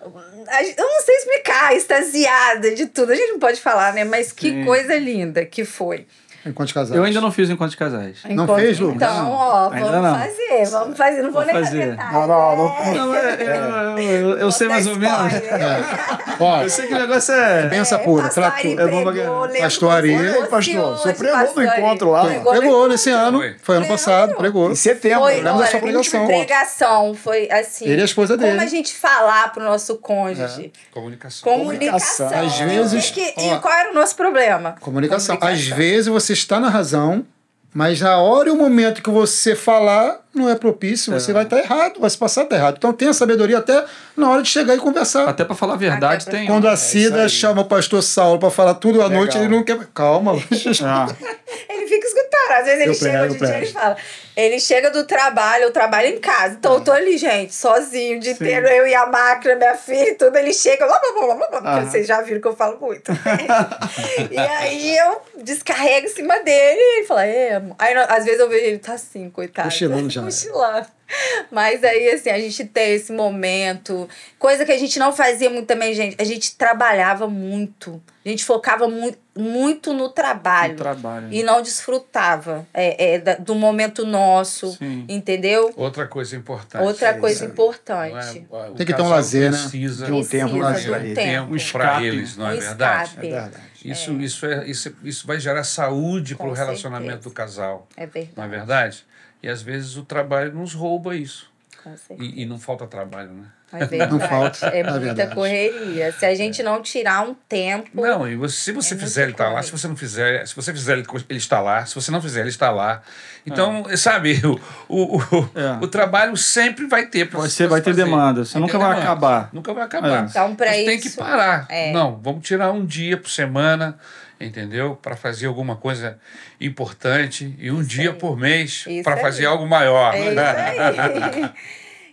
Speaker 4: a gen- Eu não sei explicar, extasiada de tudo. A gente não pode falar, né? Mas que
Speaker 2: Sim.
Speaker 4: coisa linda que foi.
Speaker 5: Enquanto de casais.
Speaker 2: Eu ainda não fiz o encontro de casais.
Speaker 5: Não fez, Lu?
Speaker 4: Então,
Speaker 5: Não.
Speaker 4: ó,
Speaker 2: Ainda
Speaker 4: vamos
Speaker 2: não.
Speaker 4: fazer, vamos fazer. Não
Speaker 2: Vou
Speaker 4: vou, nem
Speaker 2: fazer.
Speaker 4: detalhes,
Speaker 3: Não, não, não.
Speaker 4: né?
Speaker 2: Não, é- eu, eu- eu- eu sei
Speaker 4: Vou
Speaker 2: mais
Speaker 4: dar
Speaker 2: ou menos.
Speaker 4: spoiler.
Speaker 5: Ó,
Speaker 2: Eu sei que o negócio é.
Speaker 5: benção
Speaker 4: É,
Speaker 5: pura,
Speaker 4: pastor
Speaker 5: tratou.
Speaker 2: É bom pra
Speaker 4: pregou,
Speaker 2: caralho.
Speaker 4: lembro
Speaker 5: Pastor
Speaker 4: como
Speaker 5: Ari,
Speaker 4: fosse
Speaker 3: pastor,
Speaker 4: hoje,
Speaker 3: você pregou no
Speaker 4: pastor Ari.
Speaker 3: encontro lá,
Speaker 5: Pegou,
Speaker 4: Pregou no
Speaker 5: nesse ano.
Speaker 1: Foi.
Speaker 5: Foi ano passado,
Speaker 4: Lembro.
Speaker 5: pregou.
Speaker 3: Em setembro.
Speaker 4: Foi,
Speaker 5: lembro da
Speaker 4: olha,
Speaker 5: sua
Speaker 4: a última
Speaker 5: pregação.
Speaker 4: pregação foi assim.
Speaker 5: Ele e a esposa
Speaker 4: como
Speaker 5: dele. É.
Speaker 4: a gente falar pro nosso cônjuge?
Speaker 1: Comunicação.
Speaker 4: Comunicação.
Speaker 3: Comunicação.
Speaker 5: Às vezes,
Speaker 4: E, que-
Speaker 5: ó.
Speaker 4: e qual era o nosso problema?
Speaker 5: Comunicação. Às vezes você está na razão, mas na hora e o momento que você falar não é propício, você vai estar errado, vai se passar tá errado. Então tenha sabedoria até na hora de chegar e conversar.
Speaker 2: Até pra falar a verdade, tem.
Speaker 5: Quando a Cida chama o pastor Saulo para falar tudo à noite, ele não quer. Calma,
Speaker 2: Ah,
Speaker 4: Ele fica escutando. Às vezes ele
Speaker 5: Eu
Speaker 4: chega
Speaker 5: prego,
Speaker 4: de dia
Speaker 5: prego.
Speaker 4: ele fala. Ele chega do trabalho, eu trabalho em casa. Então eu tô ali, gente, sozinho, o dia inteiro, eu e a máquina, minha filha e tudo. Ele chega, blá, blá, blá, blá, blá, blá, porque
Speaker 2: Aham.
Speaker 4: vocês já viram que eu falo muito. e aí eu descarrego em cima dele e ele fala, é, amor. Aí não- às vezes eu vejo ele tá assim, coitado.
Speaker 5: Cochilando já.
Speaker 4: Cochilando. Mas aí, assim, a gente tem esse momento. Coisa que a gente não fazia muito também, gente. A gente trabalhava muito. A gente focava mu muito no trabalho
Speaker 2: no um trabalho. né?
Speaker 4: e não desfrutava é, é, da- do momento nosso,
Speaker 2: Sim.
Speaker 4: entendeu?
Speaker 1: Outra coisa importante.
Speaker 4: Outra coisa
Speaker 1: Tá Não é?
Speaker 4: importante.
Speaker 1: O
Speaker 5: Tem que ter um
Speaker 1: casal
Speaker 5: lazer, né?
Speaker 1: precisa
Speaker 3: De um tempo
Speaker 4: Precisa
Speaker 3: lá
Speaker 4: de
Speaker 3: pra
Speaker 4: um
Speaker 3: ele.
Speaker 1: tempo
Speaker 4: tempo.
Speaker 2: Um escape,
Speaker 1: para eles, não é
Speaker 4: um
Speaker 1: verdade?
Speaker 4: escape.
Speaker 1: Isso, isso, é, isso, isso vai gerar saúde
Speaker 4: Com
Speaker 1: para o relacionamento
Speaker 4: certeza.
Speaker 1: do casal,
Speaker 4: É
Speaker 1: não é
Speaker 4: verdade.
Speaker 1: verdade? E às vezes o trabalho nos rouba isso.
Speaker 4: com certeza.
Speaker 1: E, e não falta É. trabalho, né?
Speaker 4: É verdade.
Speaker 5: falta,
Speaker 4: É
Speaker 5: é
Speaker 4: muita
Speaker 5: verdade.
Speaker 4: correria. Se a gente não tirar um tempo.
Speaker 1: Não, e você- se você
Speaker 4: É
Speaker 1: fizer
Speaker 4: muito
Speaker 1: ele tá lá,
Speaker 4: correto.
Speaker 1: se você não fizer, se você fizer ele, co- ele está lá, se você não fizer ele está lá. Então,
Speaker 4: É.
Speaker 1: sabe, o, o, o,
Speaker 2: É.
Speaker 4: Ah.
Speaker 1: o trabalho sempre vai ter. pra-
Speaker 2: Você
Speaker 1: pra
Speaker 2: vai ter
Speaker 1: fazer.
Speaker 2: demanda, você
Speaker 1: ter
Speaker 2: nunca vai acabar.
Speaker 1: Nunca vai acabar.
Speaker 2: É.
Speaker 4: Então, pra
Speaker 1: Mas tem que
Speaker 4: isso,
Speaker 1: parar.
Speaker 4: é.
Speaker 1: Não, vamos tirar um dia por semana, entendeu? Para fazer alguma coisa importante e um dia por mês
Speaker 4: Isso
Speaker 1: para
Speaker 4: aí.
Speaker 1: fazer algo maior.
Speaker 4: É isso aí.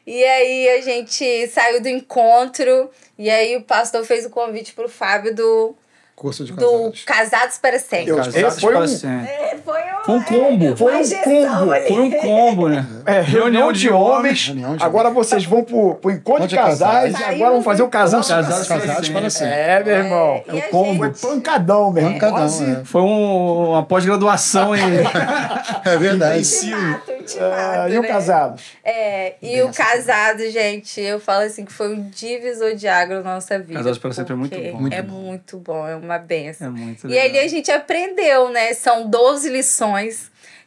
Speaker 4: E aí a gente saiu do encontro e aí o pastor fez o convite pro Fábio do,
Speaker 5: curso de
Speaker 4: do
Speaker 5: casados.
Speaker 4: Casados para Sempre.
Speaker 3: Eu-
Speaker 2: Casados
Speaker 3: Foi
Speaker 2: para
Speaker 3: um-
Speaker 2: sempre.
Speaker 4: É, Foi, uma-
Speaker 2: Foi um combo.
Speaker 3: Foi
Speaker 4: uma
Speaker 3: um
Speaker 4: injeção
Speaker 3: combo.
Speaker 4: ali.
Speaker 2: Foi um combo, né?
Speaker 3: É, reunião de homens.
Speaker 5: Reunião de
Speaker 3: Agora vocês vão pro, pro encontro de casais e
Speaker 4: Saímos
Speaker 3: agora vão fazer o casal.
Speaker 2: Casados para
Speaker 5: Casados para sempre.
Speaker 3: É, meu irmão.
Speaker 4: É, e a
Speaker 3: Foi
Speaker 4: gente-
Speaker 3: pancadão, meu irmão.
Speaker 5: Pancadão,
Speaker 3: Quase-
Speaker 5: é.
Speaker 2: Foi um- uma pós-graduação em.
Speaker 5: É verdade.
Speaker 4: Ultimato, ultimato,
Speaker 3: Ah, e o
Speaker 4: né?
Speaker 3: casado?
Speaker 4: É, e
Speaker 2: assim.
Speaker 4: o casado, gente, eu falo assim que foi um divisor de água na nossa vida.
Speaker 2: Casados para sempre é muito
Speaker 4: porque
Speaker 2: bom.
Speaker 4: é
Speaker 2: Muito bom.
Speaker 4: muito bom, é uma benção.
Speaker 2: É muito
Speaker 4: e ali
Speaker 2: legal.
Speaker 4: a gente aprendeu, né? São 12 lições.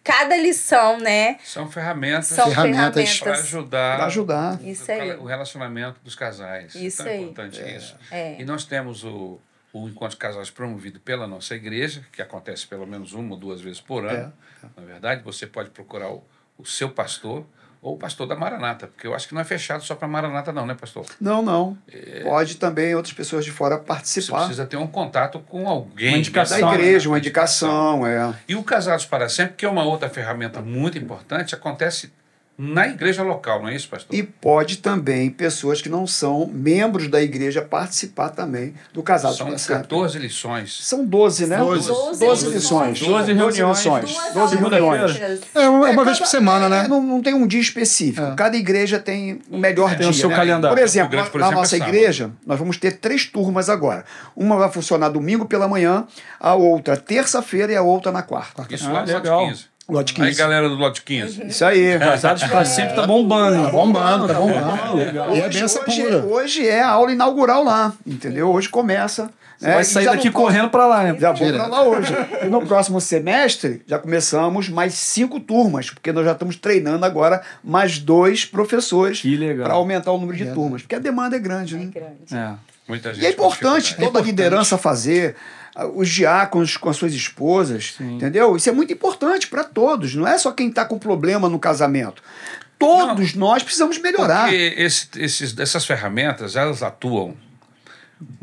Speaker 4: Cada lição, né?
Speaker 1: São ferramentas
Speaker 4: São ferramentas.
Speaker 5: Ferramentas
Speaker 1: para ajudar,
Speaker 3: Pra ajudar.
Speaker 4: Isso aí.
Speaker 1: o relacionamento dos casais.
Speaker 4: Isso
Speaker 1: é tão
Speaker 4: aí.
Speaker 1: importante isso.
Speaker 4: É.
Speaker 1: E nós temos o, o Encontro de Casais promovido pela nossa igreja, que acontece pelo menos uma ou duas vezes por ano. Na verdade, você pode procurar o, o seu pastor ou o pastor da Maranata, porque eu acho que não é fechado só para Maranata, não, né, pastor?
Speaker 3: Não, não. Pode também outras pessoas de fora
Speaker 1: Você
Speaker 3: participar.
Speaker 1: precisa ter um contato com alguém.
Speaker 2: Uma indicação,
Speaker 1: da
Speaker 3: Da
Speaker 2: né?
Speaker 3: igreja, uma indicação, é.
Speaker 1: E o Casados para Sempre, que é uma outra ferramenta muito importante, acontece na igreja local, não é isso, pastor?
Speaker 3: E pode também pessoas que não são membros da igreja participar também do casado
Speaker 1: São
Speaker 3: para sempre.
Speaker 1: 14 lições.
Speaker 3: São 12, né?
Speaker 5: Doze.
Speaker 3: 12,
Speaker 4: Doze
Speaker 3: lições.
Speaker 4: lições.
Speaker 2: Doze reuniões.
Speaker 3: lições.
Speaker 4: Duas
Speaker 3: 12
Speaker 4: aulas
Speaker 3: reuniões.
Speaker 4: bíblicas.
Speaker 5: É uma, uma
Speaker 3: É,
Speaker 5: vez
Speaker 3: cada-
Speaker 5: por semana, né?
Speaker 3: Não, não tem um dia específico.
Speaker 5: É.
Speaker 3: Cada igreja tem o melhor
Speaker 2: Tem
Speaker 3: dia.
Speaker 2: o seu
Speaker 3: né?
Speaker 2: calendário.
Speaker 3: Por exemplo,
Speaker 1: Campo Grande, por
Speaker 3: na
Speaker 1: exemplo, é
Speaker 3: nossa
Speaker 1: sábado.
Speaker 3: igreja, nós vamos ter três turmas agora. Uma vai funcionar domingo pela manhã, a outra terça-feira e a outra na quarta.
Speaker 1: Isso
Speaker 2: Ah,
Speaker 1: lá no
Speaker 2: legal.
Speaker 1: Lote 15.
Speaker 3: Lote
Speaker 1: Aí,
Speaker 3: 15.
Speaker 1: galera do Lote 15.
Speaker 3: Isso aí. É.
Speaker 2: Casados pra sempre tá bombando.
Speaker 5: Tá bombando, tá bombando.
Speaker 2: Legal.
Speaker 5: E é benção
Speaker 3: hoje,
Speaker 5: pura.
Speaker 3: hoje é a aula inaugural lá, entendeu? Hoje começa.
Speaker 2: Você
Speaker 3: né?
Speaker 2: vai
Speaker 3: E
Speaker 2: É, sair
Speaker 3: já não
Speaker 2: daqui
Speaker 3: pode-
Speaker 2: correndo pra lá, né?
Speaker 3: Já vou
Speaker 5: Mentira.
Speaker 3: pra lá hoje. E no próximo semestre, já começamos mais cinco turmas, porque nós já estamos treinando agora mais dois professores
Speaker 2: Que legal.
Speaker 3: para aumentar o número de
Speaker 5: Verdade.
Speaker 3: turmas, porque a demanda é grande.
Speaker 4: É
Speaker 3: Né?
Speaker 4: grande.
Speaker 2: É.
Speaker 1: Muita gente
Speaker 3: E é
Speaker 1: com
Speaker 3: importante
Speaker 1: dificuldade.
Speaker 3: toda a liderança fazer, ah, os diáconos com as suas esposas,
Speaker 2: Sim.
Speaker 3: entendeu? Isso é muito importante para todos, não é só quem está com problema no casamento. Todos nós precisamos melhorar.
Speaker 1: Porque esse, esses, essas ferramentas, elas atuam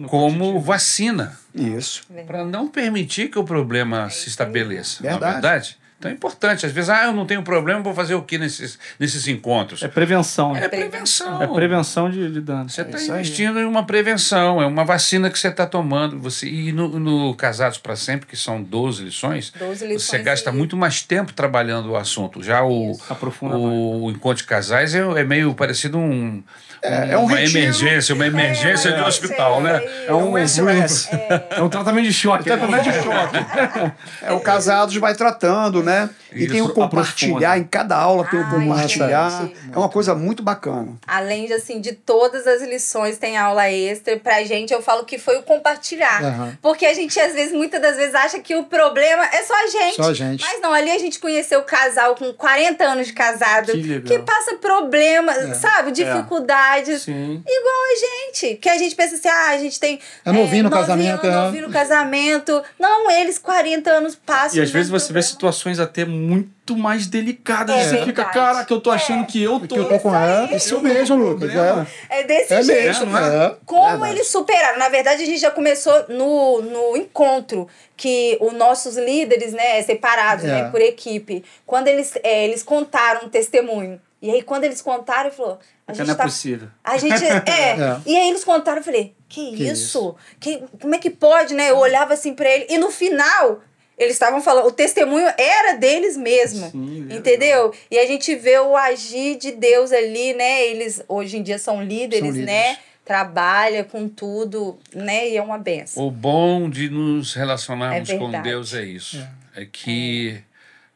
Speaker 1: como vacina.
Speaker 3: Isso.
Speaker 1: para não permitir que o problema se estabeleça. não é
Speaker 3: Verdade.
Speaker 1: verdade. Então é importante. Às vezes, ah, eu não tenho problema, vou fazer o que nesses, nesses encontros?
Speaker 2: É prevenção,
Speaker 1: É
Speaker 2: né?
Speaker 1: prevenção.
Speaker 2: É prevenção de, de danos.
Speaker 4: É
Speaker 1: Você está
Speaker 3: isso aí.
Speaker 1: investindo em uma prevenção, é uma vacina que você está tomando. Você, e no, no Casados para Sempre, que são 12 lições,
Speaker 4: 12 lições Tá
Speaker 1: você gasta
Speaker 4: e-
Speaker 1: muito mais tempo trabalhando o assunto. Já o,
Speaker 2: Aprofunda mais.
Speaker 1: o, encontro de casais é, é meio parecido um,
Speaker 3: é um
Speaker 1: uma
Speaker 3: retiro.
Speaker 1: emergência, uma emergência
Speaker 4: É,
Speaker 1: de
Speaker 4: é,
Speaker 1: hospital,
Speaker 4: é
Speaker 1: né?
Speaker 4: isso.
Speaker 3: É um SOS.
Speaker 2: É um tratamento de choque.
Speaker 3: Tratamento é de choque. É, o casados vai tratando, né? E
Speaker 1: Isso,
Speaker 3: tem o compartilhar,
Speaker 2: aprofunda.
Speaker 3: em cada aula tem o
Speaker 4: Ai,
Speaker 3: compartilhar.
Speaker 4: gente.
Speaker 3: É uma coisa muito bacana.
Speaker 4: Além de, assim, de todas as lições, tem aula extra. Pra gente, eu falo que foi o compartilhar.
Speaker 5: Aham.
Speaker 4: Porque a gente, às vezes, muitas das vezes, acha que o problema é só a gente.
Speaker 5: Só a gente.
Speaker 4: Mas não, ali a gente conheceu o casal com 40 anos de casado.
Speaker 2: Que legal. É,
Speaker 4: passa problemas, sabe? Dificuldades.
Speaker 2: Sim.
Speaker 4: Igual a gente. Que a gente pensa assim, ah, a gente tem...
Speaker 2: É
Speaker 5: Eu não vi no
Speaker 4: nove
Speaker 5: casamento,
Speaker 4: Anos, não
Speaker 5: é.
Speaker 4: vi no casamento. Não, eles 40 anos passam.
Speaker 2: E às
Speaker 4: o
Speaker 2: vezes
Speaker 4: mesmo
Speaker 2: você vê
Speaker 4: é problema.
Speaker 2: situações até muito mais delicadas.
Speaker 4: É
Speaker 2: você fica,
Speaker 4: verdade.
Speaker 2: caraca, eu tô achando que eu tô.
Speaker 5: Que eu tô com ela. Isso mesmo, Lucas.
Speaker 2: problema.
Speaker 5: É,
Speaker 4: É desse
Speaker 5: é
Speaker 4: jeito.
Speaker 5: mesmo, é.
Speaker 4: Como
Speaker 5: Verdade.
Speaker 4: eles superaram? Na verdade, a gente já começou no, no encontro que os nossos líderes, né, separados,
Speaker 5: É.
Speaker 4: né, por equipe, quando eles, é, eles contaram um testemunho. E aí, quando eles contaram, ele falou. A
Speaker 2: Cara,
Speaker 4: gente,
Speaker 2: não é
Speaker 4: tá-
Speaker 2: possível.
Speaker 4: a gente é.
Speaker 5: É.
Speaker 4: E aí eles contaram, eu falei, que,
Speaker 5: Que
Speaker 4: isso? Que, como é que pode, né? Eu olhava assim pra ele. E no final, eles estavam falando, o testemunho era deles mesmo.
Speaker 2: Sim, legal.
Speaker 4: entendeu? E a gente vê o agir de Deus ali, né? Eles hoje em dia são líderes,
Speaker 5: São líderes.
Speaker 4: né? Trabalha com tudo, né? E é uma benção.
Speaker 1: O bom de nos relacionarmos
Speaker 4: É
Speaker 1: com
Speaker 4: verdade.
Speaker 1: Deus é isso. É, que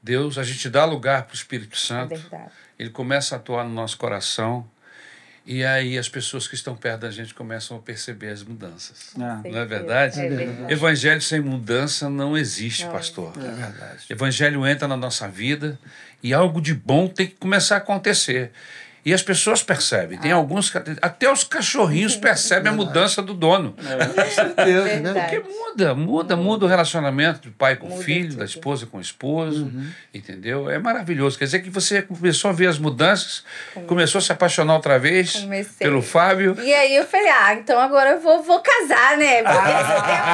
Speaker 1: Deus, a gente dá lugar para o Espírito
Speaker 4: É
Speaker 1: Santo,
Speaker 4: verdade.
Speaker 1: ele começa a atuar no nosso coração. E aí as pessoas que estão perto da gente começam a perceber as mudanças.
Speaker 2: É.
Speaker 1: Não é verdade?
Speaker 4: É verdade.
Speaker 1: Evangelho sem mudança não existe, pastor. Evangelho entra na nossa vida e algo de bom tem que começar a acontecer. E as pessoas percebem. Tem alguns. ca- Até os cachorrinhos percebem a mudança do dono.
Speaker 4: É
Speaker 1: Porque
Speaker 4: verdade.
Speaker 1: muda, muda, muda o relacionamento do pai com o
Speaker 4: Muda
Speaker 1: filho,
Speaker 4: tudo. Uhum.
Speaker 1: da esposa com o esposo, entendeu? É maravilhoso. Quer dizer que você começou a ver as mudanças, começou a se apaixonar outra vez
Speaker 4: Comecei.
Speaker 1: pelo Fábio.
Speaker 4: E aí eu falei, ah, então agora eu vou, vou casar, né?
Speaker 1: Ah,
Speaker 4: Porque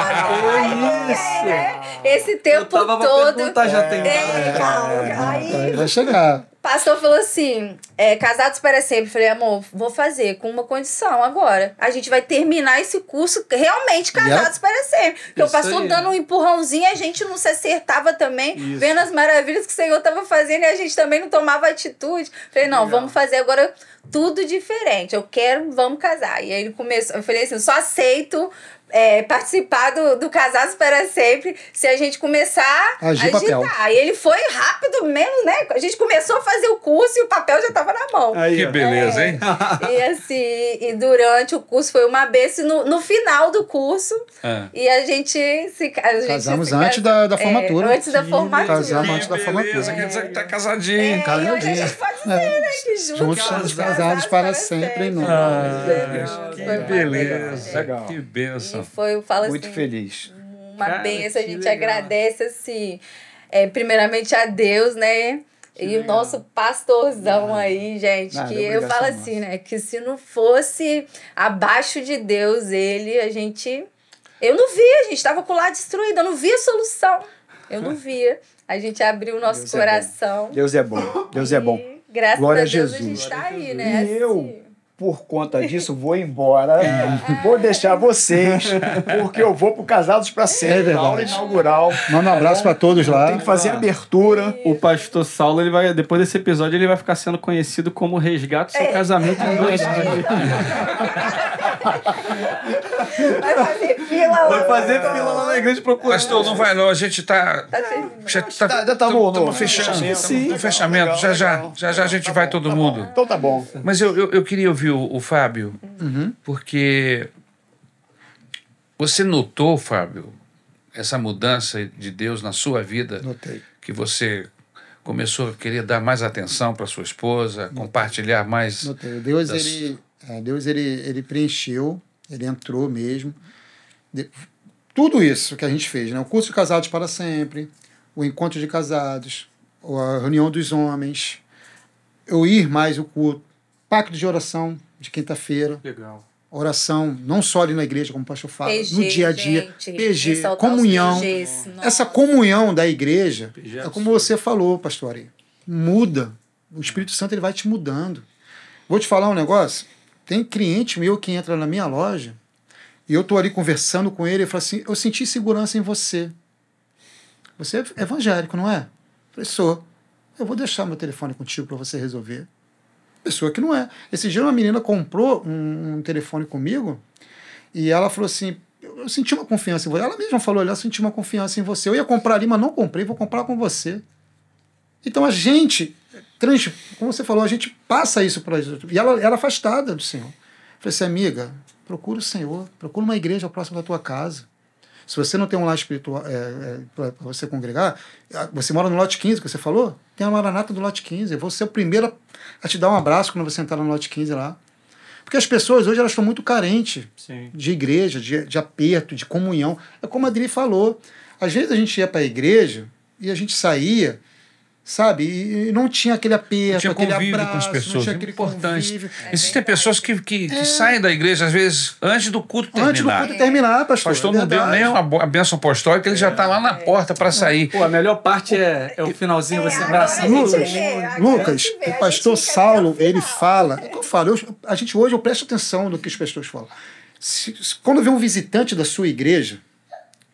Speaker 4: esse tempo, né? Esse
Speaker 2: Eu
Speaker 4: tempo
Speaker 2: tava pra
Speaker 4: todo.
Speaker 2: perguntar, já tem.
Speaker 4: É, calma.
Speaker 2: tá,
Speaker 4: Aí
Speaker 5: Aí Então, vai chegar.
Speaker 4: pastor falou assim: é, casados para sempre. Falei, amor, vou fazer com uma condição agora. A gente vai terminar esse curso realmente casados para sempre. Porque o
Speaker 2: Isso
Speaker 4: pastor
Speaker 2: aí.
Speaker 4: dando um empurrãozinho, a gente não se acertava também,
Speaker 2: Isso.
Speaker 4: vendo as maravilhas que o Senhor estava fazendo e a gente também não tomava atitude. Falei, não, vamos fazer agora tudo diferente. Eu quero, vamos casar. E aí ele começou, eu falei assim: só aceito. é, participar do, do Casados para Sempre, se a gente começar a
Speaker 5: Agir
Speaker 4: agitar.
Speaker 5: papel.
Speaker 4: Aí ele foi rápido mesmo, né? A gente começou a fazer o curso e o papel já tava na mão.
Speaker 1: Que
Speaker 2: Aí, ó.
Speaker 4: É.
Speaker 1: beleza, hein?
Speaker 4: Tá
Speaker 5: tá.
Speaker 4: E assim, e durante o curso foi uma benção. E No, no final do curso,
Speaker 1: Ah.
Speaker 4: e a gente se ca- a gente
Speaker 5: Casamos
Speaker 4: se
Speaker 5: antes
Speaker 4: cas-
Speaker 5: da- da
Speaker 4: é,
Speaker 5: formatura.
Speaker 4: antes da
Speaker 2: Que
Speaker 4: formatura.
Speaker 5: Casamos
Speaker 1: Que
Speaker 5: antes da
Speaker 1: beleza,
Speaker 5: formatura.
Speaker 1: quer dizer que tá casadinho.
Speaker 4: É,
Speaker 5: Cara,
Speaker 4: e
Speaker 5: eu
Speaker 4: hoje a gente
Speaker 5: disse.
Speaker 4: pode dizer, né? Que juntos,
Speaker 5: É. Juntos somos casados para sempre, em nome de
Speaker 1: Ah,
Speaker 4: Deus.
Speaker 1: que
Speaker 4: Foi é. uma
Speaker 1: beleza,
Speaker 3: Legal.
Speaker 1: que
Speaker 4: E
Speaker 1: benção.
Speaker 4: foi, eu falo
Speaker 3: Muito
Speaker 4: assim,
Speaker 3: feliz.
Speaker 4: uma
Speaker 2: Cara,
Speaker 4: benção, a
Speaker 2: que
Speaker 4: gente
Speaker 2: legal.
Speaker 4: agradece assim, é, primeiramente a Deus, né? e o nosso pastorzão aí, gente,
Speaker 3: Nada,
Speaker 4: que eu
Speaker 3: obrigação
Speaker 4: falo
Speaker 3: nossa.
Speaker 4: assim, né? Que se não fosse abaixo de Deus ele, a gente. Eu não via, a gente tava com o lar destruído, eu não via solução. Eu não via. A gente abriu o nosso
Speaker 3: Deus é bom.
Speaker 4: coração.
Speaker 3: Deus é bom. Deus é bom.
Speaker 4: E Graças
Speaker 3: Glória
Speaker 4: a
Speaker 3: a
Speaker 4: Deus a
Speaker 3: Jesus.
Speaker 4: gente tá aí, né?
Speaker 3: E eu,
Speaker 4: Assim.
Speaker 3: por conta disso, vou embora. Vou deixar vocês, porque eu vou pro Casados para Sempre, na aula inaugural.
Speaker 5: Manda um abraço pra todos lá.
Speaker 3: Tem que fazer a abertura.
Speaker 2: O pastor Saulo, ele vai, depois desse episódio, ele vai ficar sendo conhecido como Resgate
Speaker 4: É.
Speaker 2: Seu Casamento em dois dias.
Speaker 4: Vai fazer fila lá. né?
Speaker 2: Vai fazer fila lá na igreja procurando.
Speaker 1: Pastor, não vai não, a gente tá. Já tá,
Speaker 3: Tá- já tá
Speaker 1: tamo-
Speaker 3: bom,
Speaker 1: tamo
Speaker 3: não.
Speaker 1: fechando.
Speaker 3: Fechamento.
Speaker 1: tamo
Speaker 3: Sim. tá
Speaker 1: no fechamento. já,
Speaker 3: Legal,
Speaker 1: já,
Speaker 3: legal.
Speaker 1: já já a gente vai todo mundo.
Speaker 3: Então tá bom.
Speaker 1: Mas eu, eu, eu queria ouvir o, o Fábio,
Speaker 5: Uhum.
Speaker 1: porque você notou, Fábio, essa mudança de Deus na sua vida?
Speaker 5: Notei.
Speaker 1: Que você começou a querer dar mais atenção para sua esposa, compartilhar mais.
Speaker 5: Notei. Deus,
Speaker 1: Das-
Speaker 5: ele, é, Deus ele, ele preencheu, ele entrou mesmo. De- tudo isso que a gente fez, né? O curso de casados para sempre, o encontro de casados, o- a reunião dos homens, eu ir mais o culto, pacto de oração de quinta-feira,
Speaker 2: Legal.
Speaker 5: oração não só ali na igreja, como o pastor fala,
Speaker 4: PG,
Speaker 5: no dia a dia,
Speaker 4: gente,
Speaker 5: PG,
Speaker 4: ressaltar os
Speaker 5: comunhão.
Speaker 4: PGs, nossa.
Speaker 5: Essa comunhão da igreja,
Speaker 2: PG
Speaker 5: é como você falou, pastor Ari, muda. O Espírito Santo ele vai te mudando. Vou te falar um negócio. Tem cliente meu que entra na minha loja e eu tô ali conversando com ele e falo assim: eu senti segurança em você. Você é evangélico, não é? Eu falei, sou. Eu vou deixar meu telefone contigo para você resolver. Pessoa que não é. Esse dia uma menina comprou um, um telefone comigo e ela falou assim: eu, eu senti uma confiança em você. Ela mesma falou: olha, eu senti uma confiança em você. Eu ia comprar ali, mas não comprei, vou comprar com você. Então a gente, trans, como você falou, a gente passa isso para as outras. E ela era afastada do Senhor. Eu falei assim, amiga, procura o Senhor, procura uma igreja próxima da tua casa. Se você não tem um lar espiritual para você congregar, ah, você mora no lote 15, que você falou? Tem a Maranata do lote 15. Eu vou ser o primeiro a- a te dar um abraço quando você entrar no lote 15 lá. Porque as pessoas hoje elas estão muito carentes
Speaker 2: Sim.
Speaker 5: de igreja, de, de aperto, de comunhão. É como a Adri falou. Às vezes a gente ia para a igreja e a gente saía, sabe? E, e não tinha aquele aperto,
Speaker 1: Tinha
Speaker 5: aquele
Speaker 1: convívio
Speaker 5: abraço,
Speaker 1: com as
Speaker 5: não
Speaker 1: pessoas.
Speaker 5: tinha
Speaker 1: É
Speaker 5: aquele
Speaker 1: importante. É
Speaker 5: convívio. É.
Speaker 1: Existem pessoas que, que, que saem da igreja, às vezes, antes do culto terminar.
Speaker 5: Antes do culto é terminar,
Speaker 1: O
Speaker 5: pastor.
Speaker 1: pastor
Speaker 5: é
Speaker 1: não deu
Speaker 5: verdade. É.
Speaker 1: nem uma bo- a bênção apostólica, ele já está lá na porta para sair.
Speaker 2: Pô, a melhor parte é, é o finalzinho, você
Speaker 4: É,
Speaker 2: abraça.
Speaker 4: agora a gente
Speaker 5: Lucas,
Speaker 4: vê, agora a
Speaker 5: Lucas,
Speaker 4: gente vê, a
Speaker 5: o
Speaker 4: gente
Speaker 5: pastor
Speaker 4: fica até o
Speaker 5: Saulo, ele
Speaker 4: final.
Speaker 5: fala, é o que eu falo, eu- a gente hoje eu presto atenção no que as pessoas falam. Se- se- quando vê um visitante da sua igreja,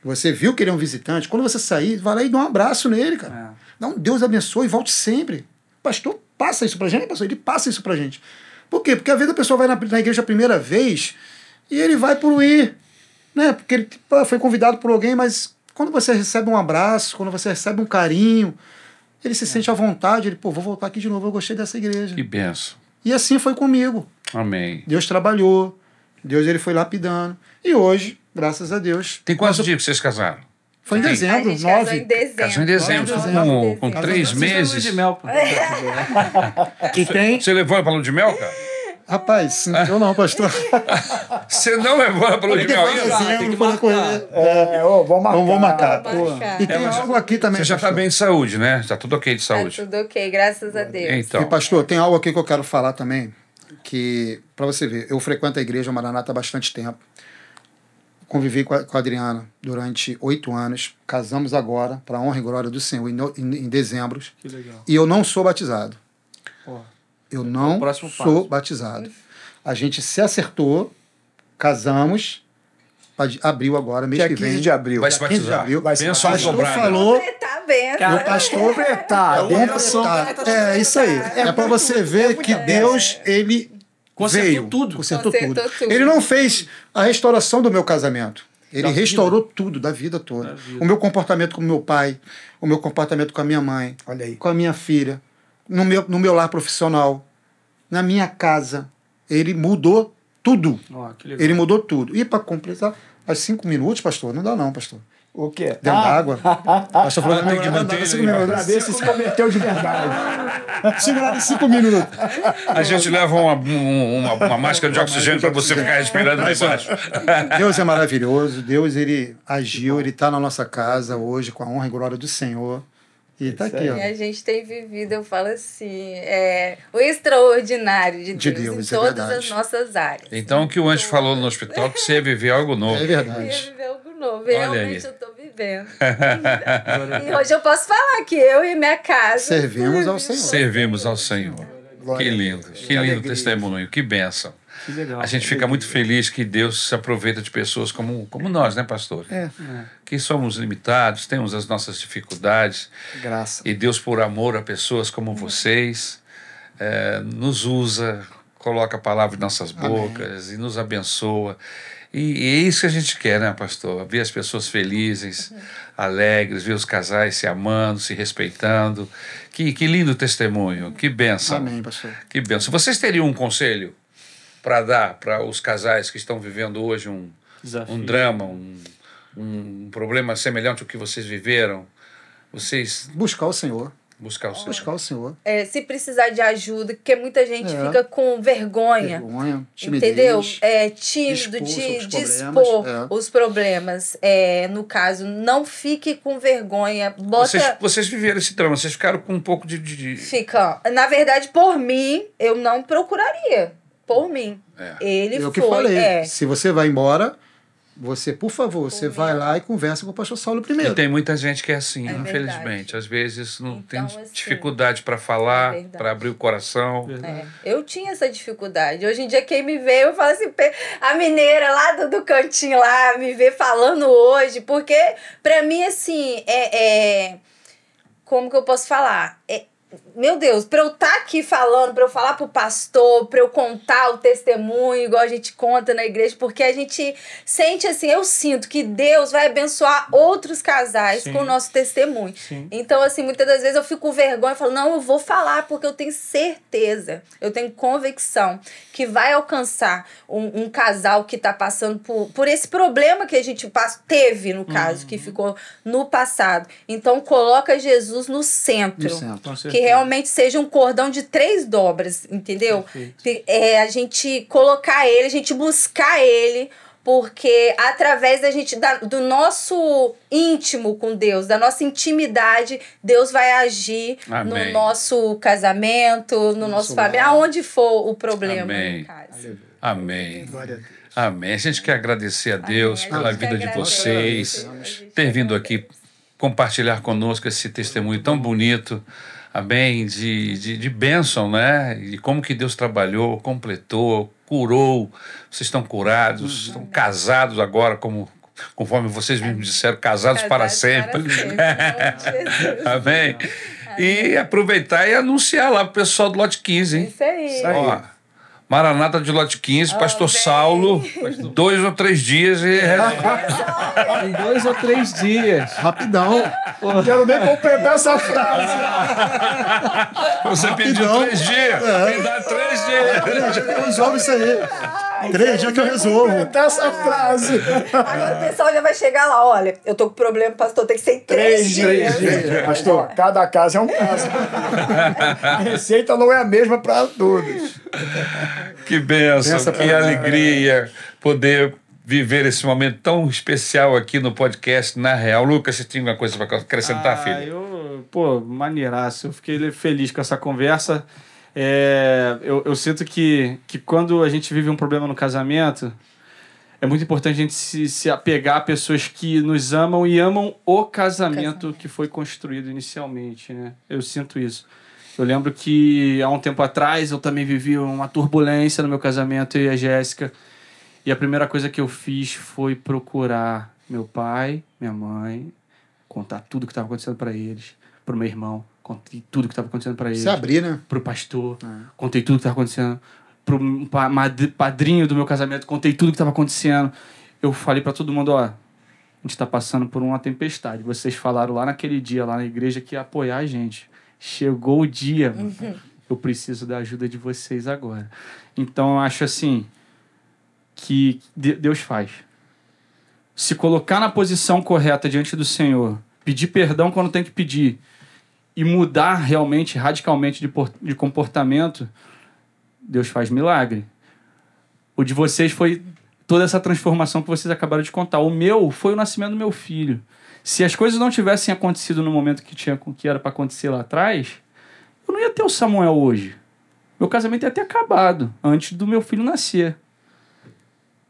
Speaker 5: você viu que ele é um visitante, quando você sair, vai lá e dá um abraço nele, cara. Dá um Deus abençoe e volte sempre. O pastor passa isso pra gente, pastor, ele passa isso pra gente. Por quê? Porque às vezes a pessoa vai na, na igreja a primeira vez e ele vai por ir, né? Porque ele pô, foi convidado por alguém, mas quando você recebe um abraço, quando você recebe um carinho, ele se sente à vontade, ele, pô, vou voltar aqui de novo, eu gostei dessa igreja.
Speaker 1: Que bênção.
Speaker 5: E assim foi comigo.
Speaker 1: Amém.
Speaker 5: Deus trabalhou, Deus ele foi lapidando. E hoje, graças a Deus,
Speaker 1: Tem quantos dias que vocês casaram?
Speaker 5: foi em
Speaker 4: A
Speaker 5: é dezembro,
Speaker 4: gente casou em
Speaker 5: nove.
Speaker 4: dezembro.
Speaker 1: Casou em dezembro.
Speaker 5: Nove de
Speaker 1: Com,
Speaker 4: dezembro.
Speaker 1: com
Speaker 5: Casou
Speaker 1: três
Speaker 5: em
Speaker 2: Vocês estão
Speaker 1: meses.
Speaker 2: de mel, pô.
Speaker 4: É.
Speaker 5: E tem.
Speaker 1: Você levou ela para lua de mel, cara?
Speaker 5: Rapaz, eu não, pastor.
Speaker 1: Você não levou ela para lua de mel ainda?
Speaker 2: tem que
Speaker 5: Dezembro, quando
Speaker 2: marcar.
Speaker 5: eu-
Speaker 3: É, ó, vamos marcar.
Speaker 5: Então vamos marcar.
Speaker 4: Vamos marcar.
Speaker 5: E tem algo aqui também.
Speaker 1: Você já tá está
Speaker 5: pastor.
Speaker 1: bem de saúde, né? Está tudo ok de
Speaker 4: Tá
Speaker 1: saúde.
Speaker 4: tudo ok, graças a Deus.
Speaker 1: Então,
Speaker 5: E, pastor, tem algo aqui que eu quero falar também, que, para você ver, eu frequento a igreja Maranata há bastante tempo. Convivi com a, com a Adriana durante oito anos. Casamos agora, para honra e glória do Senhor, em, no- em- em dezembro.
Speaker 2: Que legal.
Speaker 5: E eu não sou batizado.
Speaker 2: Porra.
Speaker 5: Eu não
Speaker 2: próximo
Speaker 5: sou
Speaker 2: passo.
Speaker 5: batizado. A gente se acertou, casamos, ad- abril agora, mês
Speaker 3: Dia
Speaker 5: que
Speaker 3: 15
Speaker 5: vem.
Speaker 3: de abril.
Speaker 1: vai se
Speaker 5: Dia 15 de
Speaker 1: batizar.
Speaker 5: abril.
Speaker 3: Vai se
Speaker 1: Bênção
Speaker 3: batizar.
Speaker 5: pastor
Speaker 1: dobrada.
Speaker 5: falou,
Speaker 4: Tá bem.
Speaker 2: Cara,
Speaker 5: o pastor
Speaker 3: Completar,
Speaker 5: Tá bom,
Speaker 3: bênção.
Speaker 5: tá. É isso aí. É para você ver que Deus ele
Speaker 2: Consertou
Speaker 5: veio,
Speaker 2: tudo.
Speaker 5: Consertou,
Speaker 4: Consertou
Speaker 5: tudo.
Speaker 4: tudo.
Speaker 5: Ele não fez a restauração do meu casamento. Ele restaurou tudo da vida toda. O meu comportamento com meu pai, o meu comportamento com a minha mãe,
Speaker 3: Olha aí.
Speaker 5: com a minha filha, no meu, no meu lar profissional, na minha casa. Ele mudou tudo.
Speaker 2: Ó, que legal.
Speaker 5: Ele mudou tudo. E para completar, as cinco minutos, pastor, não dá não, pastor.
Speaker 3: O quê?
Speaker 5: Dentro d'água. Pastor falou,
Speaker 1: tem
Speaker 5: não,
Speaker 1: que
Speaker 5: não
Speaker 1: manter
Speaker 5: dá
Speaker 1: ele
Speaker 5: cinco
Speaker 1: aí,
Speaker 5: minutos.
Speaker 3: Pra ver se se converteu de verdade.
Speaker 5: Segurado em cinco minutos.
Speaker 1: A gente leva uma, um- uma, uma máscara de oxigênio para você ficar respirando lá embaixo.
Speaker 5: Deus é maravilhoso, Deus ele agiu, ele está na nossa casa hoje com a honra e glória do Senhor. E está aqui,
Speaker 4: E a
Speaker 5: ó.
Speaker 4: gente tem vivido, eu falo assim, é, o extraordinário de Deus,
Speaker 5: De Deus,
Speaker 4: em
Speaker 5: é
Speaker 4: todas
Speaker 5: verdade.
Speaker 4: as nossas áreas.
Speaker 1: Então, o é que o anjo falou no hospital que você ia viver algo novo.
Speaker 5: É
Speaker 4: Eu ia
Speaker 5: verdade.
Speaker 4: viver algo novo.
Speaker 1: Olha
Speaker 4: Realmente
Speaker 1: aí.
Speaker 4: eu tô vivendo. bebendo. e hoje eu posso falar que eu e minha casa.
Speaker 5: Servimos ao Senhor.
Speaker 1: Servimos ao Senhor.
Speaker 5: Glória
Speaker 1: Que
Speaker 5: a Deus.
Speaker 1: lindo, que lindo
Speaker 5: alegria.
Speaker 1: testemunho, que bênção.
Speaker 2: Que legal.
Speaker 1: A gente fica muito feliz que Deus se aproveita de pessoas como, como nós, né, pastor?
Speaker 5: É.
Speaker 1: Que somos limitados, temos as nossas dificuldades,
Speaker 3: Graça.
Speaker 1: e Deus, por amor a pessoas como vocês, eh, nos usa, coloca a palavra em nossas bocas e nos abençoa. E, e é isso que a gente quer, né, pastor? Ver as pessoas felizes, alegres, ver os casais se amando, se respeitando. Que, que lindo testemunho, que bênção.
Speaker 5: Amém, pastor.
Speaker 1: Que benção. Vocês teriam um conselho para dar para os casais que estão vivendo hoje um,
Speaker 2: Desafio.
Speaker 1: um drama, um, um problema semelhante ao que vocês viveram? Vocês
Speaker 5: Buscar o Senhor.
Speaker 1: buscar o Senhor.
Speaker 5: Buscar o Senhor.
Speaker 4: É, se precisar de ajuda, porque muita gente
Speaker 5: É.
Speaker 4: fica com vergonha.
Speaker 5: Vergonha, timidez.
Speaker 4: É. Entendeu? É tímido
Speaker 5: expor
Speaker 4: de,
Speaker 5: seus
Speaker 4: de
Speaker 5: problemas,
Speaker 4: expor
Speaker 5: é.
Speaker 4: os problemas. É, no caso, não fique com vergonha. Bota.
Speaker 1: Vocês, vocês viveram esse drama, vocês ficaram com um pouco de. de- de-
Speaker 4: Fica. Na verdade, por mim, eu não procuraria. Por mim.
Speaker 1: É.
Speaker 4: Ele foi.
Speaker 5: Eu que falei.
Speaker 4: é.
Speaker 5: Se você vai embora, você, por favor, você vai lá e conversa com o pastor Saulo
Speaker 1: E
Speaker 5: primeiro.
Speaker 1: tem muita gente que é assim,
Speaker 4: É
Speaker 1: infelizmente.
Speaker 4: verdade.
Speaker 1: Às vezes não tem
Speaker 4: Então, assim,
Speaker 1: dificuldade para falar,
Speaker 4: é verdade.
Speaker 1: para abrir o coração.
Speaker 4: É, eu tinha essa dificuldade. Hoje em dia, quem me vê, eu falo assim, "Pe- a mineira lá do, do cantinho lá, me vê falando hoje, porque pra mim, assim, é, é- Como que eu posso falar? É, meu Deus, pra eu estar aqui falando, pra eu falar pro pastor, pra eu contar o testemunho, igual a gente conta na igreja, porque a gente sente assim, eu sinto que Deus vai abençoar outros casais
Speaker 2: Sim.
Speaker 4: com o nosso testemunho.
Speaker 2: Sim.
Speaker 4: Então, assim, muitas das vezes eu fico com vergonha e falo, não, eu vou falar porque eu tenho certeza, eu tenho convicção que vai alcançar um, um casal que tá passando por, por esse problema que a gente pas- teve, no caso, que ficou no passado. Então, coloca Jesus no centro.
Speaker 5: No centro.
Speaker 2: Com
Speaker 4: Que
Speaker 2: certeza.
Speaker 4: realmente seja um cordão de três dobras, entendeu?
Speaker 2: Perfeito.
Speaker 4: Que, É, a gente colocar ele, a gente buscar ele, porque através da gente da- do nosso íntimo com Deus, da nossa intimidade, Deus vai agir
Speaker 1: Amém.
Speaker 4: no nosso casamento, no, nosso família, aonde for o problema. né,
Speaker 1: Amém.
Speaker 4: No caso.
Speaker 1: Amém.
Speaker 5: Glória a Deus.
Speaker 1: Amém. A gente quer agradecer a Deus
Speaker 4: Amém.
Speaker 1: pela
Speaker 4: A gente
Speaker 1: vida de
Speaker 4: agradece.
Speaker 1: vocês.
Speaker 4: A gente
Speaker 1: ter vindo
Speaker 4: agradece.
Speaker 1: aqui compartilhar conosco esse testemunho tão bonito, amém, de, de, de bênção, né? E como que Deus trabalhou, completou, curou. Vocês estão curados, estão casados agora, como conforme vocês me disseram, Uhum. casados, para sempre.
Speaker 4: sempre. em nome de Jesus.
Speaker 1: amém. E aproveitar e anunciar lá pro pessoal do lote 15, hein?
Speaker 4: Isso aí.
Speaker 3: Isso aí.
Speaker 1: Ó, Maranata de lote 15, pastor
Speaker 4: vem.
Speaker 1: Saulo, dois ou três dias e é.
Speaker 2: Em dois ou três dias.
Speaker 5: Rapidão.
Speaker 3: Quero bem completar essa frase.
Speaker 1: Você pediu
Speaker 5: Rapidão.
Speaker 1: três dias. Me dá três dias.
Speaker 5: Três dias que eu resolvo isso aí. Três dias que eu resolvo.
Speaker 3: Completar essa frase.
Speaker 4: Agora o pessoal já vai chegar lá, olha, eu tô com problema, pastor, tem que ser em três,
Speaker 3: Três dias. Pastor, cada caso é um caso. A receita não é a mesma para todos.
Speaker 1: Que bênção,
Speaker 5: Benção
Speaker 1: que
Speaker 5: pra-
Speaker 1: alegria poder viver esse momento tão especial aqui no podcast, na real. Lucas, você tem alguma coisa para acrescentar,
Speaker 2: Ah,
Speaker 1: filho?
Speaker 2: Eu, pô, maneiraço. Eu fiquei feliz com essa conversa. É, eu, eu sinto que, que quando a gente vive um problema no casamento, é muito importante a gente se, se apegar a pessoas que nos amam e amam o casamento que foi construído inicialmente, né? Eu sinto isso. Eu lembro que há um tempo atrás eu também vivi uma turbulência no meu casamento, eu e a Jéssica. E a primeira coisa que eu fiz foi procurar meu pai, minha mãe, contar tudo o que estava acontecendo para eles, pro meu irmão, contei tudo o que estava acontecendo para eles
Speaker 5: Se abrir, né?
Speaker 2: pro pastor, contei tudo que tava acontecendo, pro pa- madri- padrinho do meu casamento, contei tudo que tava acontecendo. Eu falei pra todo mundo, ó, a gente tá passando por uma tempestade. Vocês falaram lá naquele dia, lá na igreja, que ia apoiar a gente. Chegou o dia, mano. Eu preciso da ajuda de vocês agora. Então, eu acho assim, que de- Deus faz. Se colocar na posição correta diante do Senhor, pedir perdão quando tem que pedir, e mudar realmente, radicalmente de, por- de comportamento, Deus faz milagre. O de vocês foi toda essa transformação que vocês acabaram de contar. O meu foi o nascimento do meu filho. Se as coisas não tivessem acontecido no momento que, tinha, que era para acontecer lá atrás, eu não ia ter o Samuel hoje. Meu casamento ia ter acabado antes do meu filho nascer.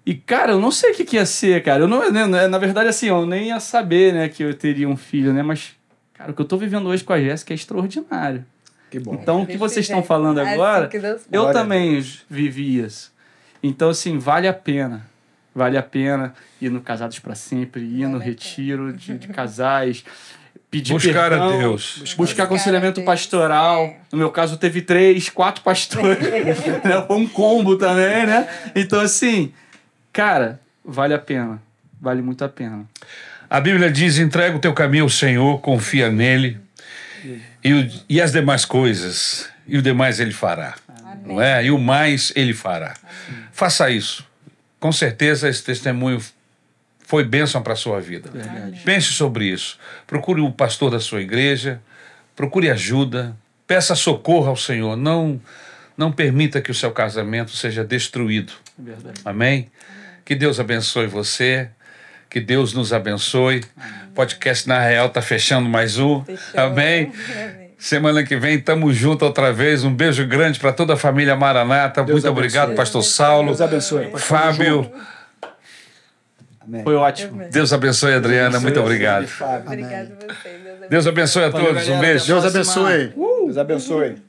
Speaker 2: E, cara, eu não sei o que, que ia ser, cara. Eu não, né, na verdade, assim, eu nem ia saber, né, que eu teria um filho, né? Mas, cara, o que eu tô vivendo hoje com a Jéssica é extraordinário.
Speaker 3: Que bom.
Speaker 2: Então, o que
Speaker 4: é.
Speaker 2: vocês estão falando
Speaker 4: Ah, assim
Speaker 2: agora, eu
Speaker 3: Glória a
Speaker 2: também vivi isso. Então, assim, vale a pena. Vale a pena ir no Casados para Sempre, ir no retiro de, de casais, pedir
Speaker 1: Buscar a
Speaker 2: perdão,
Speaker 1: Deus.
Speaker 2: Buscar,
Speaker 4: Buscar
Speaker 2: aconselhamento
Speaker 4: a Deus,
Speaker 2: pastoral.
Speaker 4: é.
Speaker 2: No meu caso, teve três, quatro pastores. né? Foi um combo também, né? Então, assim, cara, vale a pena. Vale muito a pena.
Speaker 1: A Bíblia diz: entrega o teu caminho ao Senhor, confia nele e, o- e as demais coisas, e o demais ele fará. Não é? E o mais ele fará. Faça isso. Com certeza esse testemunho foi bênção para a sua vida. Pense sobre isso. Procure o pastor da sua igreja, procure ajuda, peça socorro ao Senhor. Não, não permita que o seu casamento seja destruído.
Speaker 2: É verdade.
Speaker 1: Amém? Que Deus abençoe você. Que Deus nos abençoe. Podcast na Real tá fechando mais um.
Speaker 4: Fechou.
Speaker 1: Amém? Semana que vem tamo junto outra vez. Um beijo grande para toda a família Maranata. Muito obrigado, pastor Saulo.
Speaker 3: Deus abençoe.
Speaker 1: Fábio.
Speaker 3: Amém.
Speaker 2: Foi ótimo.
Speaker 1: Deus abençoe, Adriana. Muito obrigado.
Speaker 3: Fábio.
Speaker 4: Obrigado a vocês. Deus abençoe.
Speaker 1: Deus abençoe a
Speaker 2: Valeu,
Speaker 1: todos. Um
Speaker 2: galera.
Speaker 1: beijo.
Speaker 2: Até a
Speaker 5: Deus
Speaker 2: próxima.
Speaker 5: abençoe.
Speaker 3: Deus abençoe.